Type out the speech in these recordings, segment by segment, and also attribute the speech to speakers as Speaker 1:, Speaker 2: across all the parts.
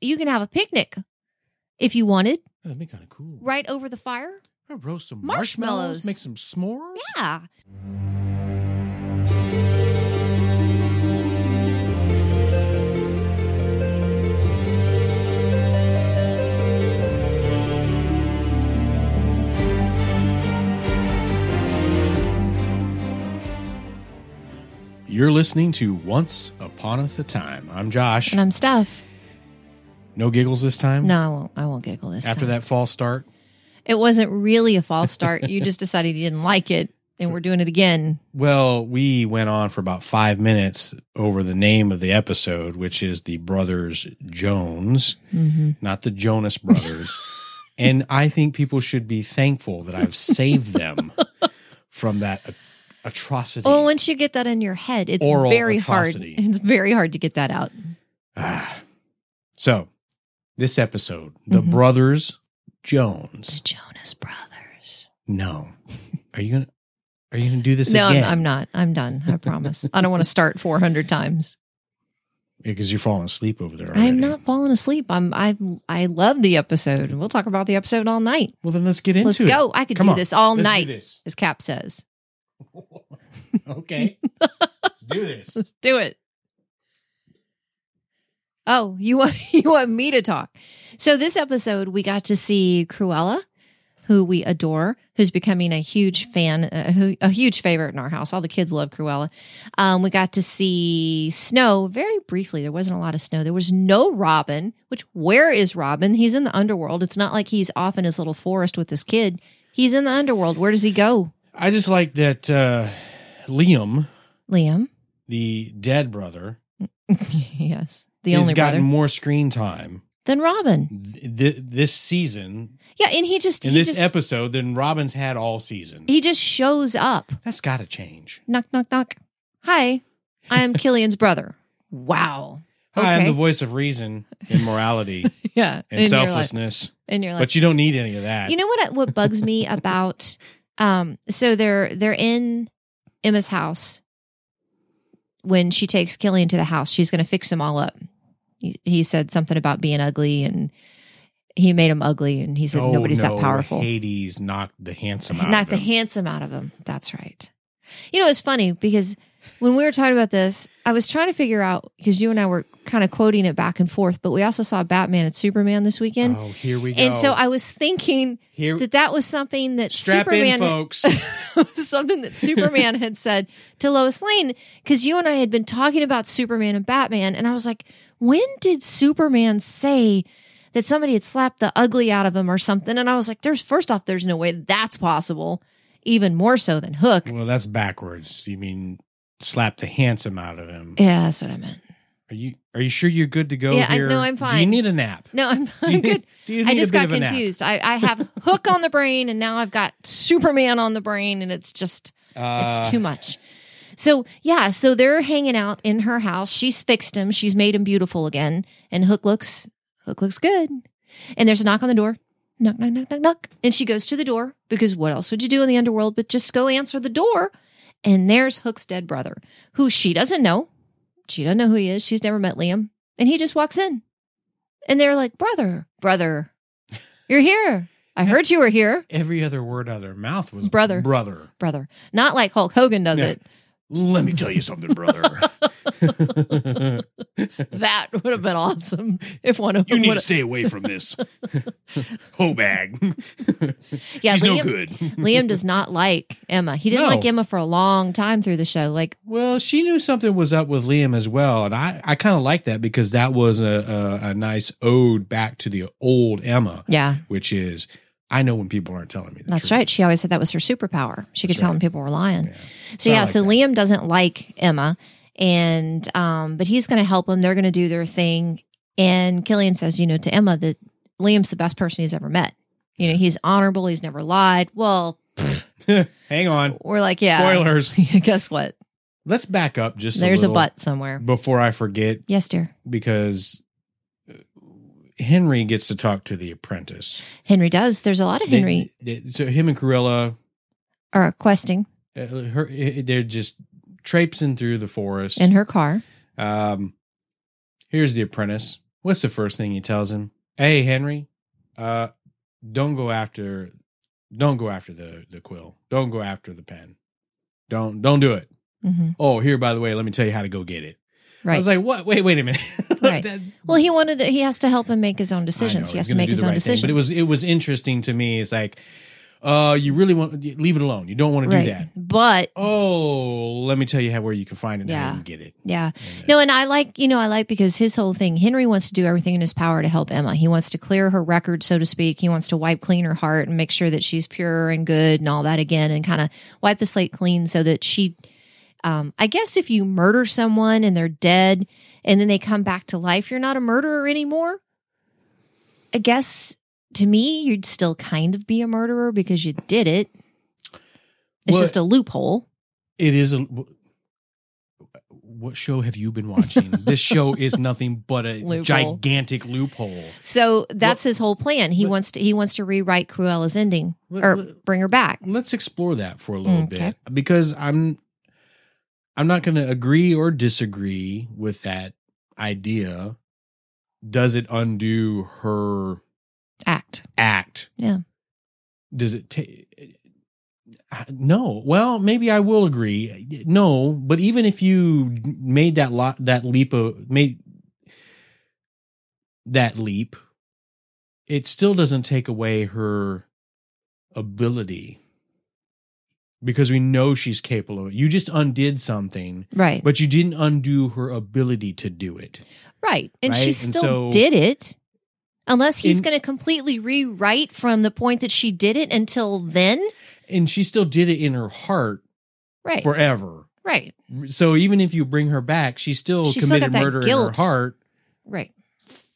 Speaker 1: you can have a picnic if you wanted,
Speaker 2: That'd be kind of cool.
Speaker 1: right over the fire.
Speaker 2: I'll roast some
Speaker 1: Marshmallows.
Speaker 2: marshmallows, make some s'mores.
Speaker 1: Yeah.
Speaker 2: You're listening to Once Upon a Time. I'm Josh.
Speaker 1: And I'm stuff.
Speaker 2: No giggles this time.
Speaker 1: No, I won't I won't giggle this
Speaker 2: Um, After
Speaker 1: time.
Speaker 2: that false start,
Speaker 1: It wasn't really a false start. you just decided you didn't like it and we're doing it again.
Speaker 2: well, we went on for about five minutes over the name of the episode, which is the Brothers Jones,
Speaker 1: Mm-hmm.
Speaker 2: not the Jonas Brothers. and I think people should be thankful that I've saved them from that a- atrocity.
Speaker 1: Well, once you get that in your head, it's
Speaker 2: Oral
Speaker 1: very
Speaker 2: atrocity.
Speaker 1: hard. It's very hard to get that out.
Speaker 2: Ah. so, this episode, the
Speaker 1: Mhm.
Speaker 2: Brothers Jones.
Speaker 1: Jonas Brothers.
Speaker 2: No, are you gonna? Are you gonna do this
Speaker 1: no,
Speaker 2: again?
Speaker 1: I'm, I'm not. I'm done. I promise. I don't want to start 400 times.
Speaker 2: because you're falling asleep over there. already.
Speaker 1: I'm not falling asleep. I'm. I. I love the episode. We'll talk about the episode all night.
Speaker 2: Well, then let's get into
Speaker 1: Let's
Speaker 2: it.
Speaker 1: go. I could
Speaker 2: Come
Speaker 1: do
Speaker 2: on.
Speaker 1: this all
Speaker 2: Let's do
Speaker 1: night,
Speaker 2: this.
Speaker 1: as Cap says.
Speaker 2: okay. Let's do this.
Speaker 1: Let's do it. Oh, you want you want me to talk? So this episode, we got to see Cruella, who we adore, who's becoming a huge fan, uh, who, a huge favorite in our house. All the kids love Cruella. Um, we got to see Snow very briefly. There wasn't a lot of snow. There was no Robin. Which where is Robin? He's in the underworld. It's not like he's off in his little forest with this kid. He's in the underworld. Where does he go,
Speaker 2: I just like that uh, Liam,
Speaker 1: Liam?
Speaker 2: the dead brother,
Speaker 1: yes, the
Speaker 2: has
Speaker 1: only
Speaker 2: gotten
Speaker 1: brother.
Speaker 2: more screen time
Speaker 1: Then Robin.
Speaker 2: th- th- this season
Speaker 1: Yeah, and he just
Speaker 2: in
Speaker 1: he
Speaker 2: this
Speaker 1: just
Speaker 2: episode than Robin's had all season.
Speaker 1: he just shows up.
Speaker 2: That's got to change.
Speaker 1: Knock knock knock. Hi, I am Killian's brother. Wow.
Speaker 2: Hi, I'm
Speaker 1: Okay.
Speaker 2: the voice of reason and morality
Speaker 1: Yeah.
Speaker 2: and, selflessness,
Speaker 1: And you're like,
Speaker 2: but you don't need any of that.
Speaker 1: you know what what bugs me about um so they're they're in Emma's house when she takes Killian to the house she's going to fix him all up he, he said something about being ugly and he made him ugly and he said
Speaker 2: Oh,
Speaker 1: nobody's
Speaker 2: no,
Speaker 1: that powerful
Speaker 2: Hades knocked the handsome out.
Speaker 1: not
Speaker 2: of
Speaker 1: the
Speaker 2: him.
Speaker 1: handsome out of him that's right you know it's funny because when we were talking about this i was trying to figure out because you and i were kind of quoting it back and forth but we also saw batman and superman this weekend
Speaker 2: Oh, here we go.
Speaker 1: and so i was thinking
Speaker 2: here
Speaker 1: that that was something that
Speaker 2: strap in,
Speaker 1: superman
Speaker 2: folks.
Speaker 1: something that Superman had said to Lois Lane because you and I had been talking about Superman and Batman, and I was like, when did Superman say that somebody had slapped the ugly out of him or something? And I was like, there's first off, there's no way that's possible, even more so than Hook.
Speaker 2: Well, that's backwards. You mean slap the handsome out of him?
Speaker 1: Yeah, that's what I meant.
Speaker 2: Are you Are you sure you're good to go?
Speaker 1: Yeah, I-
Speaker 2: here?
Speaker 1: no, I'm
Speaker 2: Do you
Speaker 1: fine.
Speaker 2: need a nap?
Speaker 1: No, I'm,
Speaker 2: Do you
Speaker 1: I'm good.
Speaker 2: Need, do you need
Speaker 1: I
Speaker 2: a
Speaker 1: just
Speaker 2: bit
Speaker 1: got
Speaker 2: of a nap?
Speaker 1: confused. I, I have Hook on the brain, and now I've got Superman on the brain, and it's just.
Speaker 2: Uh,
Speaker 1: It's too much. So, yeah, so they're hanging out in her house. She's fixed him. She's made him beautiful again. And Hook looks Hook looks good. And there's a knock on the door. Knock, knock, knock, knock, knock. And she goes to the door because what else would you do in the underworld but just go answer the door? And there's Hook's dead brother, who she doesn't know. She doesn't know who he is. She's never met Liam. And he just walks in. And they're like, "Brother, brother, you're here. I heard you were here,
Speaker 2: Every other word out of their mouth was
Speaker 1: Brother.
Speaker 2: Brother.
Speaker 1: brother." Not like Hulk Hogan does
Speaker 2: Yeah.
Speaker 1: it.
Speaker 2: Let me tell you something, brother.
Speaker 1: That would have been awesome if one of
Speaker 2: you
Speaker 1: them
Speaker 2: need
Speaker 1: would
Speaker 2: to
Speaker 1: have.
Speaker 2: stay away from this hoe bag.
Speaker 1: Yeah,
Speaker 2: She's no
Speaker 1: Liam,
Speaker 2: good.
Speaker 1: Liam does not like Emma. He didn't
Speaker 2: No.
Speaker 1: like Emma for a long time through the show. Like,
Speaker 2: Well, she knew something was up with Liam as well, and I, I kind of like that because that was a, a a nice ode back to the old Emma,
Speaker 1: yeah,
Speaker 2: which is I know when people aren't telling me. The
Speaker 1: that's
Speaker 2: truth.
Speaker 1: right. She always said that was her superpower. She could
Speaker 2: That's
Speaker 1: tell
Speaker 2: right.
Speaker 1: when people were lying.
Speaker 2: Yeah.
Speaker 1: So
Speaker 2: I
Speaker 1: yeah,
Speaker 2: like
Speaker 1: so
Speaker 2: that.
Speaker 1: Liam doesn't like Emma, and um, but he's going to help him. They're going to do their thing. And Killian says, you know, to Emma that Liam's the best person he's ever met. You know, he's honorable. He's never lied. Well,
Speaker 2: Hang on,
Speaker 1: we're like, yeah.
Speaker 2: spoilers.
Speaker 1: Guess what?
Speaker 2: Let's back up just
Speaker 1: There's
Speaker 2: a,
Speaker 1: a
Speaker 2: little
Speaker 1: butt somewhere.
Speaker 2: before I forget
Speaker 1: Yes, dear.
Speaker 2: because uh, Henry gets to talk to the apprentice.
Speaker 1: Henry does. There's a lot of
Speaker 2: They-
Speaker 1: Henry.
Speaker 2: they- so him and Corilla,
Speaker 1: or questing
Speaker 2: uh, her, uh, they're just traipsing through the forest.
Speaker 1: in her car.
Speaker 2: um, here's the apprentice. What's the first thing he tells him? Hey, Henry, uh, don't go after, don't go after the the quill. Don't go after the pen. Don't don't do it.
Speaker 1: hmm
Speaker 2: Oh, here by the way, let me tell you how to go get it. I
Speaker 1: Right.
Speaker 2: was like, what? Wait, wait a minute.
Speaker 1: Right.
Speaker 2: That-
Speaker 1: well, he wanted. To, he has to help him make his own
Speaker 2: I know,
Speaker 1: decisions.
Speaker 2: he's
Speaker 1: He has to
Speaker 2: gonna
Speaker 1: make
Speaker 2: do
Speaker 1: his
Speaker 2: the
Speaker 1: own
Speaker 2: right thing,
Speaker 1: decisions.
Speaker 2: But it was it was interesting to me. It's like, uh, you really want leave it alone. You don't want to
Speaker 1: right.
Speaker 2: do that.
Speaker 1: But
Speaker 2: Oh, let me tell you how where you can find it and how
Speaker 1: Yeah.
Speaker 2: you can get it.
Speaker 1: yeah,
Speaker 2: And, uh,
Speaker 1: no, and I like you know I like because his whole thing. Henry wants to do everything in his power to help Emma. He wants to clear her record, so to speak. He wants to wipe clean her heart and make sure that she's pure and good and all that again, and kind of wipe the slate clean so that she. Um, I guess if you murder someone and they're dead and then they come back to life, you're not a murderer anymore. I guess to me, you'd still kind of be a murderer because you did it. It's
Speaker 2: Well,
Speaker 1: just a loophole.
Speaker 2: It is a. What show have you been watching? this show is nothing but a
Speaker 1: Loophole.
Speaker 2: gigantic loophole.
Speaker 1: So that's
Speaker 2: Well,
Speaker 1: his whole plan. He
Speaker 2: let-
Speaker 1: wants to he wants to rewrite Cruella's ending
Speaker 2: Let-
Speaker 1: or
Speaker 2: let-
Speaker 1: bring her back.
Speaker 2: let's explore that for a little
Speaker 1: Okay.
Speaker 2: bit because i'm i'm not going to agree or disagree with that idea does it undo her
Speaker 1: Act.
Speaker 2: act
Speaker 1: Yeah.
Speaker 2: does it take no well maybe i will agree no but even if you made that lot that leap of made that leap it still doesn't take away her ability because we know she's capable of it you just undid something
Speaker 1: Right.
Speaker 2: but you didn't undo her ability to do it
Speaker 1: right. And
Speaker 2: right,
Speaker 1: she
Speaker 2: and
Speaker 1: still
Speaker 2: so-
Speaker 1: did it. Unless he's
Speaker 2: In-
Speaker 1: going to completely rewrite from the point that she did it until then.
Speaker 2: and she still did it in her heart
Speaker 1: Right.
Speaker 2: forever
Speaker 1: right.
Speaker 2: So even if you bring her back, she still
Speaker 1: She's still
Speaker 2: committed
Speaker 1: got that
Speaker 2: murder in her
Speaker 1: guilt.
Speaker 2: heart
Speaker 1: Right.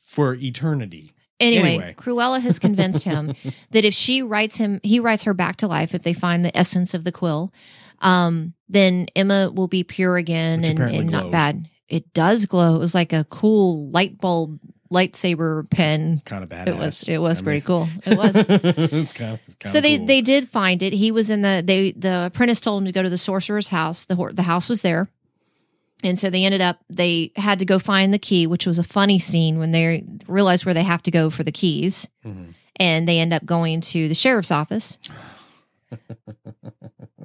Speaker 2: for eternity.
Speaker 1: Anyway,
Speaker 2: Anyway.
Speaker 1: Cruella has convinced him that if she writes him, he writes her back to life. If they find the essence of the quill, um, then Emma will be pure again
Speaker 2: Which
Speaker 1: and,
Speaker 2: apparently
Speaker 1: and not
Speaker 2: glows.
Speaker 1: bad. It does glow. It was like a cool light bulb, lightsaber pen.
Speaker 2: It's kind of badass.
Speaker 1: It was. It was pretty cool. It was.
Speaker 2: it's kind of. It's kind
Speaker 1: so
Speaker 2: of
Speaker 1: they
Speaker 2: cool.
Speaker 1: they did find it. He was in the they the apprentice told him to go to the sorcerer's house. The hor- the house was there. And so they ended up they had to go find the key, which was a funny scene when they realized where they have to go for the keys
Speaker 2: Mhm.
Speaker 1: and they end up going to the sheriff's office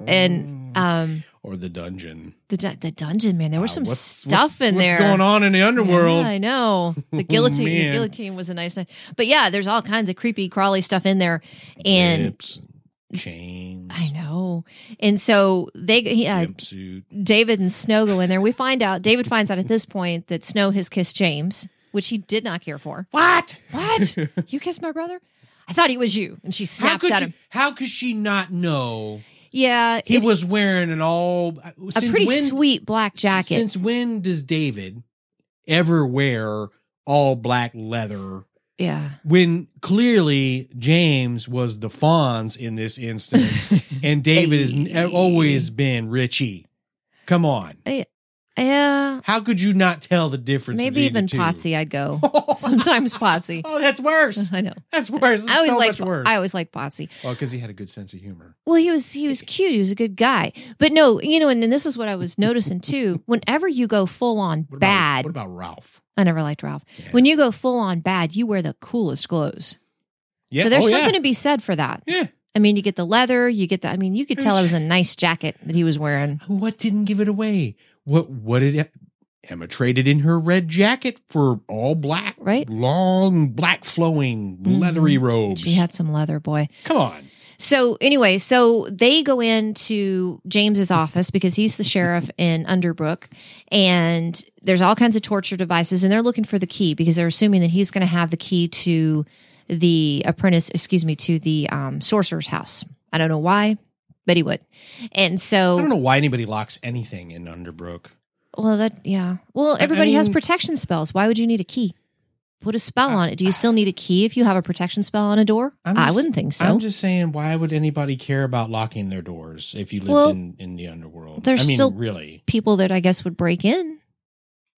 Speaker 1: and um
Speaker 2: or the dungeon.
Speaker 1: the du- the dungeon man there was
Speaker 2: Wow,
Speaker 1: some
Speaker 2: Ah, what's-
Speaker 1: stuff
Speaker 2: what's-
Speaker 1: in there
Speaker 2: What's going on in the underworld?
Speaker 1: Yeah, I know. The guillotine. the
Speaker 2: man.
Speaker 1: guillotine was a nice night. But yeah, there's all kinds of creepy crawly stuff in there. And
Speaker 2: Whips, chains,
Speaker 1: I know. And so they he, uh,
Speaker 2: jumpsuit.
Speaker 1: David and Snow go in there. We find out David finds out at this point that Snow has kissed James, which he did not care for.
Speaker 2: What?
Speaker 1: What? you kissed my brother? I thought he was you. And she
Speaker 2: How
Speaker 1: snaps
Speaker 2: could
Speaker 1: at
Speaker 2: she,
Speaker 1: him.
Speaker 2: how could she not know
Speaker 1: Yeah.
Speaker 2: he
Speaker 1: it-
Speaker 2: was wearing an all uh,
Speaker 1: a
Speaker 2: since
Speaker 1: pretty
Speaker 2: when
Speaker 1: sweet black
Speaker 2: S-
Speaker 1: jacket.
Speaker 2: Since when does David ever wear all black leather
Speaker 1: yeah.
Speaker 2: when clearly James was the Fonz in this instance and David has
Speaker 1: Hey.
Speaker 2: n- always been Richie? Come on.
Speaker 1: Yeah.
Speaker 2: How could you not tell the difference?
Speaker 1: Maybe even
Speaker 2: between the two?
Speaker 1: Potsy I'd go.
Speaker 2: Oh,
Speaker 1: Sometimes Potsy.
Speaker 2: that's worse.
Speaker 1: I know.
Speaker 2: That's worse. That's
Speaker 1: I always
Speaker 2: so
Speaker 1: like
Speaker 2: much worse.
Speaker 1: I always like Potsy.
Speaker 2: well, because Oh, he had a good sense of humor.
Speaker 1: Well, he was he was cute. He was a good guy. But no, you know, and, and this is what I was noticing too. Whenever you go full on
Speaker 2: What about,
Speaker 1: bad,
Speaker 2: What about Ralph?
Speaker 1: I never liked Ralph.
Speaker 2: Yeah.
Speaker 1: When you go full on bad, you wear the coolest clothes.
Speaker 2: Yeah.
Speaker 1: So there's
Speaker 2: oh, yeah.
Speaker 1: something to be said for that.
Speaker 2: Yeah.
Speaker 1: I mean, you get the leather, you get the I mean, you could tell it was a nice jacket that he was wearing.
Speaker 2: What didn't give it away? What what did E- Emma traded in her red jacket for all black,
Speaker 1: Right.
Speaker 2: Long black flowing
Speaker 1: Mhm.
Speaker 2: leathery robes.
Speaker 1: She had some leather, boy.
Speaker 2: Come on.
Speaker 1: So anyway, so they go into James's office because he's the sheriff in Underbrook, and there's all kinds of torture devices, and they're looking for the key because they're assuming that he's going to have the key to the apprentice, excuse me, to the um, sorcerer's house. I don't know why, but he would. And
Speaker 2: I don't
Speaker 1: so,
Speaker 2: know why anybody locks anything in Underbrook.
Speaker 1: well, that yeah, well,
Speaker 2: I
Speaker 1: everybody has
Speaker 2: mean-
Speaker 1: protection spells. Why would you need a key? Put a spell
Speaker 2: I-
Speaker 1: on it. Do you still need a key if you have a protection spell on a door?
Speaker 2: I'm
Speaker 1: I
Speaker 2: just-
Speaker 1: wouldn't think so.
Speaker 2: I'm just saying, why would anybody care about locking their doors if you lived
Speaker 1: Well,
Speaker 2: in, in the underworld?
Speaker 1: there's
Speaker 2: I mean,
Speaker 1: still-
Speaker 2: really.
Speaker 1: people that I guess would break in.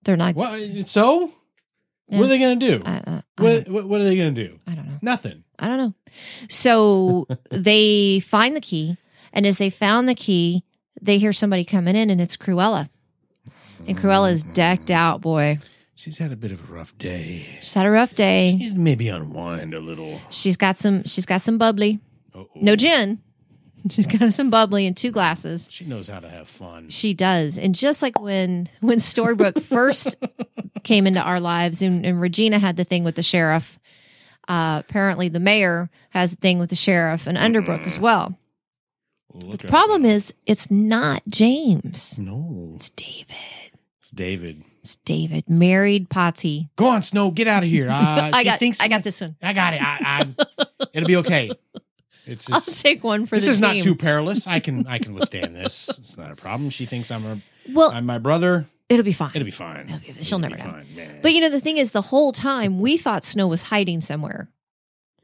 Speaker 1: They're not.
Speaker 2: Well, uh, so what
Speaker 1: Yeah.
Speaker 2: are they going to do?
Speaker 1: I, I, I,
Speaker 2: what,
Speaker 1: don't,
Speaker 2: what what are they going to do?
Speaker 1: I don't know.
Speaker 2: Nothing.
Speaker 1: I don't know. So they find the key, and as they found the key,
Speaker 2: Mm.
Speaker 1: they hear somebody coming in, and it's Cruella. And Cruella is decked out, boy.
Speaker 2: Mm-hmm. She's had a bit of a rough day.
Speaker 1: She's had a rough day.
Speaker 2: She's maybe unwind a little.
Speaker 1: She's got some. She's got some bubbly.
Speaker 2: Uh-oh.
Speaker 1: No gin. She's got some bubbly and two glasses.
Speaker 2: She knows how to have fun.
Speaker 1: She does. And just like when when Storybrooke first came into our lives and, and Regina had the thing with the sheriff, uh, apparently the mayor has a thing with the sheriff and Underbrook
Speaker 2: Mm-hmm.
Speaker 1: as well.
Speaker 2: Look
Speaker 1: the
Speaker 2: out.
Speaker 1: problem is it's not James.
Speaker 2: no,
Speaker 1: It's David.
Speaker 2: it's David.
Speaker 1: It's David. Married Potsy.
Speaker 2: Go on, Snow. Get out of here. Uh,
Speaker 1: I
Speaker 2: she
Speaker 1: got
Speaker 2: thinks
Speaker 1: I got this one.
Speaker 2: I got it. I, I, it'll be okay. It's
Speaker 1: I'll
Speaker 2: just,
Speaker 1: take one for
Speaker 2: this
Speaker 1: the
Speaker 2: is not
Speaker 1: team.
Speaker 2: too perilous. I can I can withstand this. It's not a problem. She thinks I'm her.
Speaker 1: well,
Speaker 2: I'm my brother.
Speaker 1: it'll be fine.
Speaker 2: It'll be fine.
Speaker 1: It'll be- she'll never know.
Speaker 2: fine, man.
Speaker 1: But you know, the thing is, the whole time we thought Snow was hiding somewhere,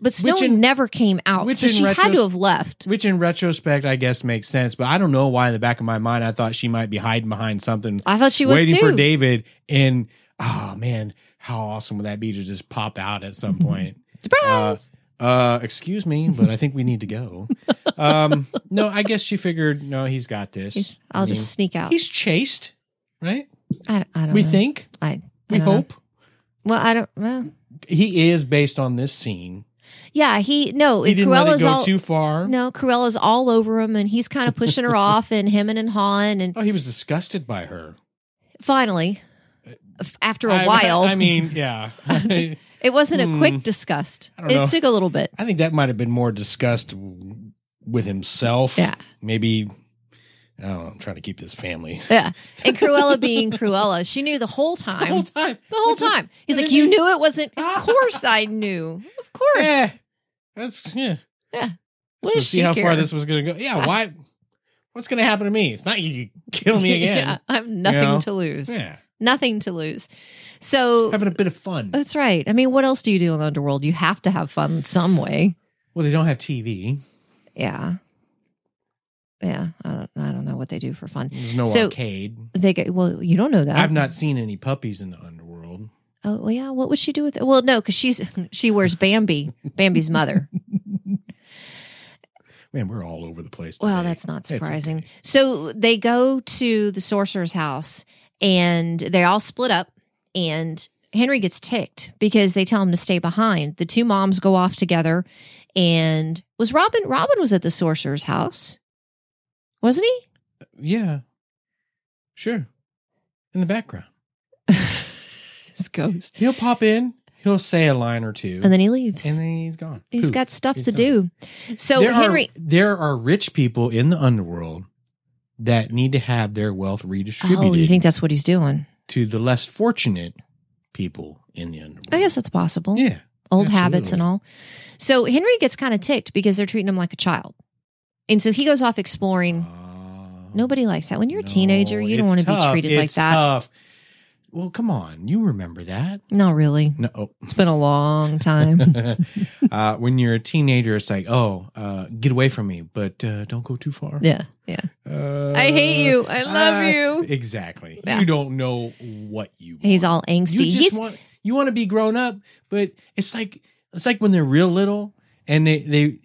Speaker 1: but Snow
Speaker 2: Which in-
Speaker 1: never came out.
Speaker 2: which
Speaker 1: so
Speaker 2: in
Speaker 1: she had
Speaker 2: retros-
Speaker 1: to have left.
Speaker 2: Which, in retrospect, I guess makes sense. But I don't know why. In the back of my mind, I thought she might be hiding behind something,
Speaker 1: I thought Uh, she was
Speaker 2: waiting
Speaker 1: too.
Speaker 2: for David. And oh man, how awesome would that be to just pop out at some
Speaker 1: Mm-hmm.
Speaker 2: point?
Speaker 1: Surprise!
Speaker 2: Uh, excuse me, but I think we need to go. Um, no, I guess she figured. No, he's got this.
Speaker 1: He's- I'll
Speaker 2: I mean,
Speaker 1: just sneak out.
Speaker 2: He's chased, right?
Speaker 1: I, don't- I don't.
Speaker 2: We
Speaker 1: know.
Speaker 2: think.
Speaker 1: I, I
Speaker 2: We
Speaker 1: don't know.
Speaker 2: hope
Speaker 1: Well, I don't. Well,
Speaker 2: he is based on this scene.
Speaker 1: yeah. He no.
Speaker 2: He didn't let it
Speaker 1: Cruella's
Speaker 2: go
Speaker 1: all
Speaker 2: too far.
Speaker 1: no. Cruella's all over him, and he's kind of pushing her off, and hemming and hawing, and
Speaker 2: Oh, he was disgusted by her.
Speaker 1: finally, f- after a
Speaker 2: I-
Speaker 1: while,
Speaker 2: I mean, yeah. I
Speaker 1: it wasn't a
Speaker 2: Hmm.
Speaker 1: quick disgust.
Speaker 2: I
Speaker 1: It
Speaker 2: don't know.
Speaker 1: took a little bit.
Speaker 2: think that might have been more disgust with himself.
Speaker 1: Yeah.
Speaker 2: Maybe. I don't know. I'm trying to keep this family.
Speaker 1: Yeah, and Cruella being Cruella, she knew the whole time.
Speaker 2: The whole time.
Speaker 1: The whole
Speaker 2: Which is-
Speaker 1: time. He's
Speaker 2: and
Speaker 1: like,
Speaker 2: then
Speaker 1: you
Speaker 2: he's-
Speaker 1: knew it wasn't. Of course I knew. Of course.
Speaker 2: Yeah. eh, That's yeah.
Speaker 1: Yeah. What
Speaker 2: So
Speaker 1: does
Speaker 2: see
Speaker 1: she
Speaker 2: how
Speaker 1: care? Uh,
Speaker 2: far this was going to go. Yeah. Why? What's going to happen to me? It's not you. Kill me
Speaker 1: Yeah,
Speaker 2: again.
Speaker 1: I have nothing
Speaker 2: You know?
Speaker 1: to lose.
Speaker 2: yeah.
Speaker 1: Nothing to lose.
Speaker 2: Just
Speaker 1: So uh,
Speaker 2: having a bit of fun.
Speaker 1: that's right. I mean, what else do you do in the underworld? You have to have fun in some way.
Speaker 2: Well, they don't have TV.
Speaker 1: Yeah. Yeah. I don't, I don't know what they do for fun.
Speaker 2: There's no
Speaker 1: So-
Speaker 2: arcade.
Speaker 1: They go, well, you don't know that.
Speaker 2: I've not seen any puppies in the underworld.
Speaker 1: Oh, well, yeah. What would she do with it? Well, no, because she's, she wears Bambi, Bambi's mother.
Speaker 2: Man, we're all over the place. Today.
Speaker 1: Well, that's not
Speaker 2: It's
Speaker 1: surprising.
Speaker 2: okay.
Speaker 1: So they go to the sorcerer's house and they all split up and Henry gets ticked because they tell him to stay behind. The two moms go off together and was Robin Robin was at the sorcerer's house. Wasn't he?
Speaker 2: yeah, sure. In the background,
Speaker 1: His ghost.
Speaker 2: he'll pop in. He'll say a line or two,
Speaker 1: And then he leaves.
Speaker 2: and then he's gone.
Speaker 1: He's
Speaker 2: Poof.
Speaker 1: got stuff
Speaker 2: He's
Speaker 1: to
Speaker 2: done.
Speaker 1: do. So
Speaker 2: there
Speaker 1: Henry oh,
Speaker 2: Are, there are rich people in the underworld that need to have their wealth redistributed
Speaker 1: Oh, you think that's what he's doing?
Speaker 2: to the less fortunate people in the underworld.
Speaker 1: I guess that's possible.
Speaker 2: Yeah.
Speaker 1: old habits and
Speaker 2: Absolutely.
Speaker 1: all. So Henry gets kind of ticked because they're treating him like a child. And so he goes off exploring.
Speaker 2: Uh,
Speaker 1: Mm. Nobody likes that. When you're a
Speaker 2: no,
Speaker 1: teenager, you don't
Speaker 2: it's
Speaker 1: want to be
Speaker 2: tough.
Speaker 1: treated like
Speaker 2: It's
Speaker 1: that.
Speaker 2: Tough. Well, come on, you remember that?
Speaker 1: Not really.
Speaker 2: No. oh.
Speaker 1: It's been a long time.
Speaker 2: uh, when you're a teenager, it's like, oh, uh, get away from me, but uh, don't go too far.
Speaker 1: yeah. Yeah.
Speaker 2: Uh,
Speaker 1: I hate you. I love
Speaker 2: uh,
Speaker 1: you.
Speaker 2: Exactly.
Speaker 1: Yeah.
Speaker 2: You don't know what you. Want.
Speaker 1: He's all angsty.
Speaker 2: You just
Speaker 1: He's
Speaker 2: want you want to be grown up, but it's like it's like when they're real little and they they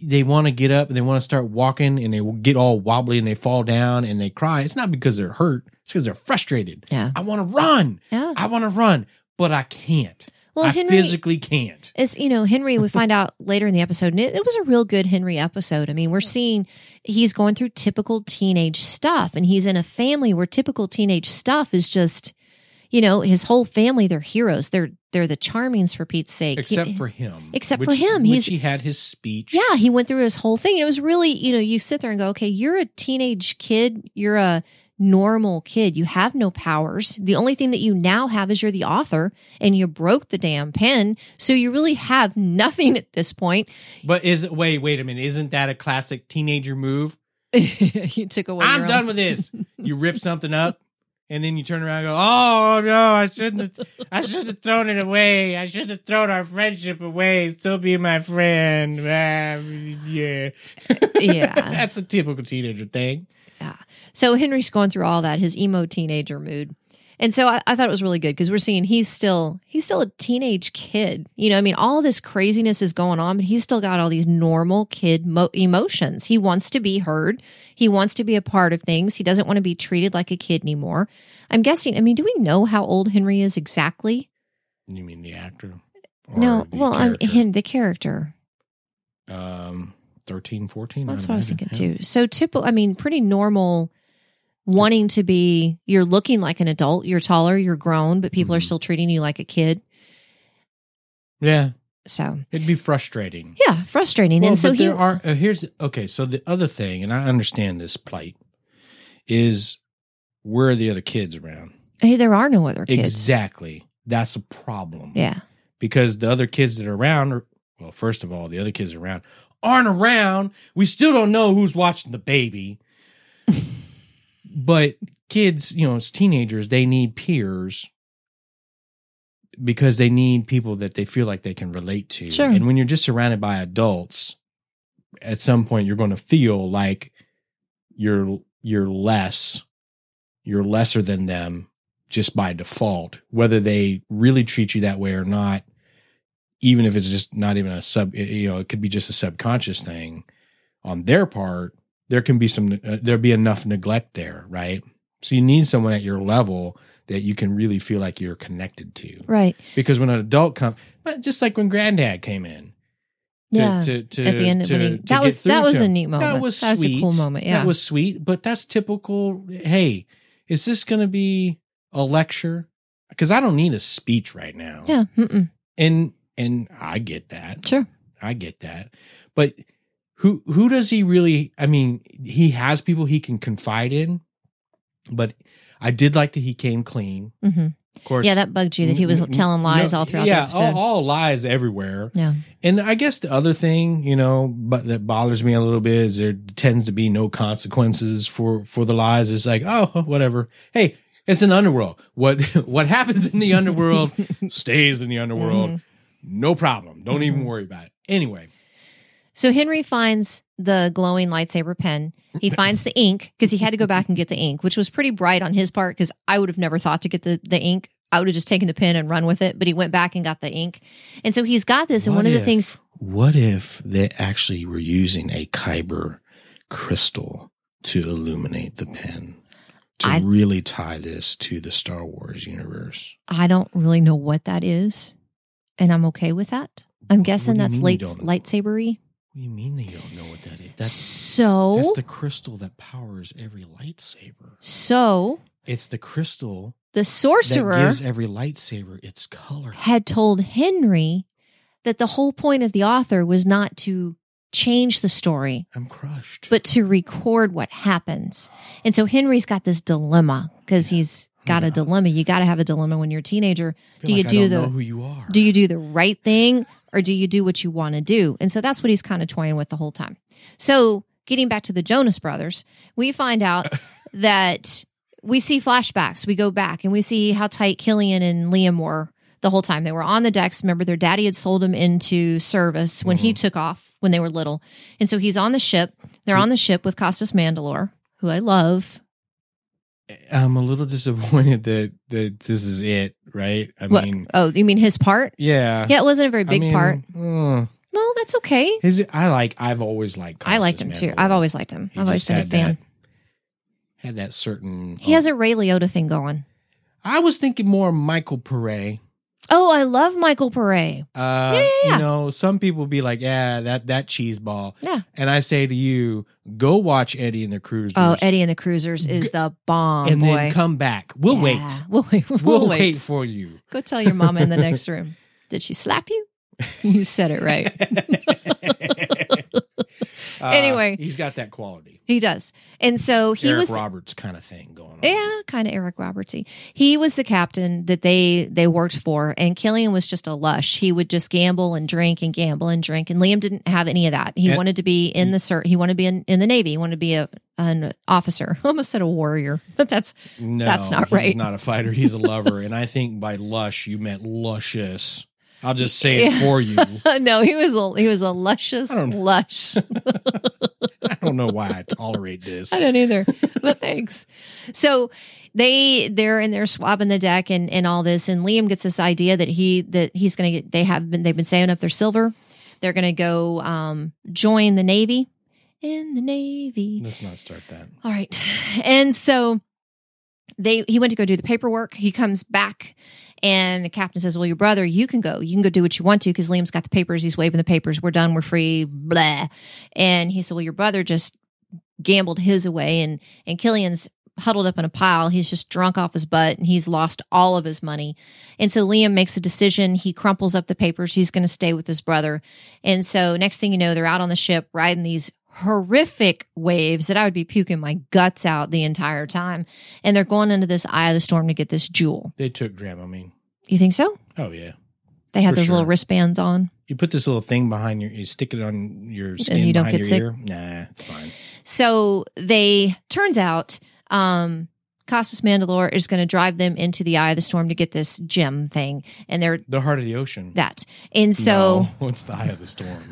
Speaker 2: they want to get up and they want to start walking and they get all wobbly and they fall down and they cry. It's not because they're hurt. It's because they're frustrated.
Speaker 1: Yeah.
Speaker 2: I want to run.
Speaker 1: Yeah.
Speaker 2: I want to run, but I can't.
Speaker 1: Well,
Speaker 2: I
Speaker 1: Henry
Speaker 2: physically can't.
Speaker 1: is you know, Henry we find out later in the episode and it, it was a real good Henry episode. I mean, we're seeing he's going through typical teenage stuff and he's in a family where typical teenage stuff is just you know, his whole family they're heroes. They're they're the charmings for Pete's sake.
Speaker 2: except
Speaker 1: He-
Speaker 2: for him.
Speaker 1: Except
Speaker 2: which-
Speaker 1: for him.
Speaker 2: which
Speaker 1: He's-
Speaker 2: he had his speech.
Speaker 1: Yeah, he went through his whole thing. It was really, you know, you sit there and go, okay, you're a teenage kid. You're a normal kid. You have no powers. The only thing that you now have is you're the author and you broke the damn pen. So you really have nothing at this point.
Speaker 2: But is wait, wait a minute. Isn't that a classic teenager move?
Speaker 1: you took away.
Speaker 2: I'm
Speaker 1: your
Speaker 2: done
Speaker 1: own-
Speaker 2: with this. You rip something up and then you turn around and go, Oh no, I shouldn't have I should have thrown it away. I should have thrown our friendship away. Still be my friend. Ah, yeah.
Speaker 1: yeah.
Speaker 2: That's a typical teenager thing.
Speaker 1: So Henry's going through all that, his emo teenager mood. And so I, I thought it was really good because we're seeing he's still he's still a teenage kid. You know, I mean, all this craziness is going on, but he's still got all these normal kid mo- emotions. He wants to be heard. He wants to be a part of things. He doesn't want to be treated like a kid anymore. I'm guessing. I mean, do we know how old Henry is exactly?
Speaker 2: You mean the actor? Or
Speaker 1: no.
Speaker 2: the
Speaker 1: Well, I'm
Speaker 2: character?
Speaker 1: him the character.
Speaker 2: Um, 13, 14.
Speaker 1: That's what I was thinking
Speaker 2: imagine,
Speaker 1: too. So typical. I mean, pretty normal. Wanting to be, you're looking like an adult. You're taller. You're grown, but people are
Speaker 2: Mhm.
Speaker 1: still treating you like a kid.
Speaker 2: Yeah. Yeah,
Speaker 1: So
Speaker 2: it'd be frustrating.
Speaker 1: yeah, frustrating.
Speaker 2: Well,
Speaker 1: and so
Speaker 2: but
Speaker 1: he,
Speaker 2: there are uh, here's okay. So the other thing, and I understand this plight, is where are the other kids around?
Speaker 1: hey, there are no other kids.
Speaker 2: Exactly. That's a problem.
Speaker 1: Yeah.
Speaker 2: Because the other kids that are around are well, first of all, the other kids around aren't around. We still don't know who's watching the baby. but kids, you know, as teenagers, they need peers because they need people that they feel like they can relate to.
Speaker 1: Sure.
Speaker 2: And when you're just surrounded by adults, at some point you're going to feel like you're you're less you're lesser than them just by default, whether they really treat you that way or not, even if it's just not even a sub, eh, you know, it could be just a subconscious thing on their part. There can be some, uh, there be enough neglect there, right? So you need someone at your level that you can really feel like you're connected to.
Speaker 1: Right.
Speaker 2: Because when an adult comes, but just like when granddad came in to,
Speaker 1: yeah.
Speaker 2: to, to,
Speaker 1: At the end, of
Speaker 2: to,
Speaker 1: when he,
Speaker 2: to
Speaker 1: that
Speaker 2: get
Speaker 1: was
Speaker 2: through
Speaker 1: that was
Speaker 2: to
Speaker 1: a
Speaker 2: him.
Speaker 1: neat moment.
Speaker 2: That was
Speaker 1: that was
Speaker 2: sweet.
Speaker 1: a cool moment. Yeah.
Speaker 2: That was sweet, but that's typical. Hey, is this going to be a lecture? Because I don't need a speech right now.
Speaker 1: yeah. Mm-mm.
Speaker 2: And and I get that.
Speaker 1: Sure.
Speaker 2: I get that. But who who does he really I mean, he has people he can confide in, but I did like that he came clean.
Speaker 1: hmm
Speaker 2: Of course.
Speaker 1: Yeah. That bugged you that he was
Speaker 2: n- n-
Speaker 1: telling lies
Speaker 2: no-
Speaker 1: all throughout
Speaker 2: Yeah, oh,
Speaker 1: the episode.
Speaker 2: all, all lies everywhere.
Speaker 1: yeah.
Speaker 2: And I guess the other thing, you know, but that bothers me a little bit is there tends to be no consequences for for the lies. It's like, oh, whatever. Hey, it's an underworld. What what happens in the underworld stays in the underworld.
Speaker 1: Mm-hmm.
Speaker 2: No problem. Don't even
Speaker 1: Mhm.
Speaker 2: worry about it. Anyway,
Speaker 1: So Henry finds the glowing lightsaber pen. He finds the ink because he had to go back and get the ink, which was pretty bright on his part because I would have never thought to get the, the ink. I would have just taken the pen and run with it, but he went back and got the ink. And so he's got this. And
Speaker 2: What
Speaker 1: one of
Speaker 2: if-
Speaker 1: the things,
Speaker 2: what if they actually were using a kyber crystal to illuminate the pen to
Speaker 1: I-
Speaker 2: really tie this to the Star Wars universe?
Speaker 1: I don't really know what that is. And I'm okay with that. I'm guessing
Speaker 2: do you
Speaker 1: that's
Speaker 2: mean you
Speaker 1: late,
Speaker 2: don't know?
Speaker 1: lightsabery.
Speaker 2: What do you mean they don't know what that is?
Speaker 1: so,
Speaker 2: That's the crystal that powers every lightsaber.
Speaker 1: so
Speaker 2: It's the crystal
Speaker 1: the sorcerer
Speaker 2: that gives every lightsaber its color.
Speaker 1: had told Henry that the whole point of the author was not to change the story,
Speaker 2: I'm crushed.
Speaker 1: but to record what happens. And so Henry's got this dilemma because he's got
Speaker 2: Yeah.
Speaker 1: a dilemma. You got to have a dilemma when you're a teenager.
Speaker 2: I
Speaker 1: do you
Speaker 2: I
Speaker 1: do
Speaker 2: don't
Speaker 1: the-
Speaker 2: know who you are?
Speaker 1: Do you do the right thing or do you do what you want to do? And so that's what he's kind of toying with the whole time. So, getting back to the Jonas brothers, we find out that we see flashbacks. We go back and we see how tight Killian and Liam were the whole time. They were on the decks. Remember, their daddy had sold them into service when
Speaker 2: Mm-hmm.
Speaker 1: he took off when they were little. And so he's on the ship. They're on the ship with Costas Mandalore, who I love.
Speaker 2: I'm a little disappointed that that this is it, right? I
Speaker 1: What-
Speaker 2: mean,
Speaker 1: oh, you mean his part?
Speaker 2: yeah,
Speaker 1: Yeah, it wasn't a very big
Speaker 2: I mean,
Speaker 1: part.
Speaker 2: mm,
Speaker 1: Well, that's okay.
Speaker 2: his, I like. I've always liked.
Speaker 1: I liked him
Speaker 2: Costas
Speaker 1: too.
Speaker 2: Mandalore.
Speaker 1: I've always liked him.
Speaker 2: He
Speaker 1: I've always
Speaker 2: just
Speaker 1: been a
Speaker 2: had um,
Speaker 1: fan.
Speaker 2: That, had that certain. oh,
Speaker 1: He has a Ray Liotta thing going.
Speaker 2: I was thinking more Michael Pare.
Speaker 1: Oh, I love Michael Pare.
Speaker 2: Uh,
Speaker 1: Yeah, yeah, yeah.
Speaker 2: You know, some people be like, "Yeah, that that cheese ball."
Speaker 1: Yeah.
Speaker 2: And I say to you, go watch Eddie and the Cruisers.
Speaker 1: Oh, Eddie and the Cruisers is the bomb,
Speaker 2: and
Speaker 1: boy.
Speaker 2: then come back. We'll
Speaker 1: Yeah.
Speaker 2: wait.
Speaker 1: We'll wait. We'll,
Speaker 2: We'll,
Speaker 1: wait.
Speaker 2: wait. for you.
Speaker 1: Go tell your mama in the next room. Did she slap you? You said it right.
Speaker 2: Uh,
Speaker 1: Anyway.
Speaker 2: he's got that quality.
Speaker 1: He does. And so he
Speaker 2: Eric
Speaker 1: was
Speaker 2: Roberts kind of thing going on.
Speaker 1: Yeah, kind of Eric Robertsy. He was the captain that they they worked for, and Killian was just a lush. He would just gamble and drink and gamble and drink. And Liam didn't have any of that. He
Speaker 2: And-
Speaker 1: wanted to be in the cert. He wanted to be in, in the navy. He wanted to be a an officer. I almost said a warrior, but that's
Speaker 2: No,
Speaker 1: That's not
Speaker 2: he's
Speaker 1: right.
Speaker 2: not a fighter. He's a lover. and I think by lush you meant luscious. I'll just say it
Speaker 1: Yeah.
Speaker 2: for you. I
Speaker 1: no. He was a he was a luscious
Speaker 2: I don't-
Speaker 1: lush.
Speaker 2: don't know why I tolerate this.
Speaker 1: I don't either, but thanks. So they they're in there swabbing the deck and and all this, and Liam gets this idea that he that he's gonna get. They have been they've been saving up their silver. They're gonna go um, join the navy. In the navy,
Speaker 2: Let's not start that.
Speaker 1: all right. And so they he went to go do the paperwork. He comes back and the captain says, Well, your brother, you can go. You can go do what you want to because Liam's got the papers. He's waving the papers. We're done. We're free. Blah. And he said, Well, your brother just gambled his away and and Killian's huddled up in a pile. He's just drunk off his butt and he's lost all of his money. And so Liam makes a decision. He crumples up the papers. He's going to stay with his brother. And so next thing you know, they're out on the ship riding these horrific waves that I would be puking my guts out the entire time. And they're going into this eye of the storm to get this jewel.
Speaker 2: They took Dramamine.
Speaker 1: You think so?
Speaker 2: Oh yeah.
Speaker 1: They had
Speaker 2: For
Speaker 1: those
Speaker 2: sure.
Speaker 1: little wristbands on.
Speaker 2: You put this little thing behind your, you stick it on your skin
Speaker 1: you don't
Speaker 2: behind
Speaker 1: get
Speaker 2: your ear. Nah, it's fine.
Speaker 1: So they turns out um Costas Mandalore is going to drive them into the eye of the storm to get this gem thing. And they're
Speaker 2: The heart of the ocean.
Speaker 1: that. And so
Speaker 2: no, it's the eye of the storm.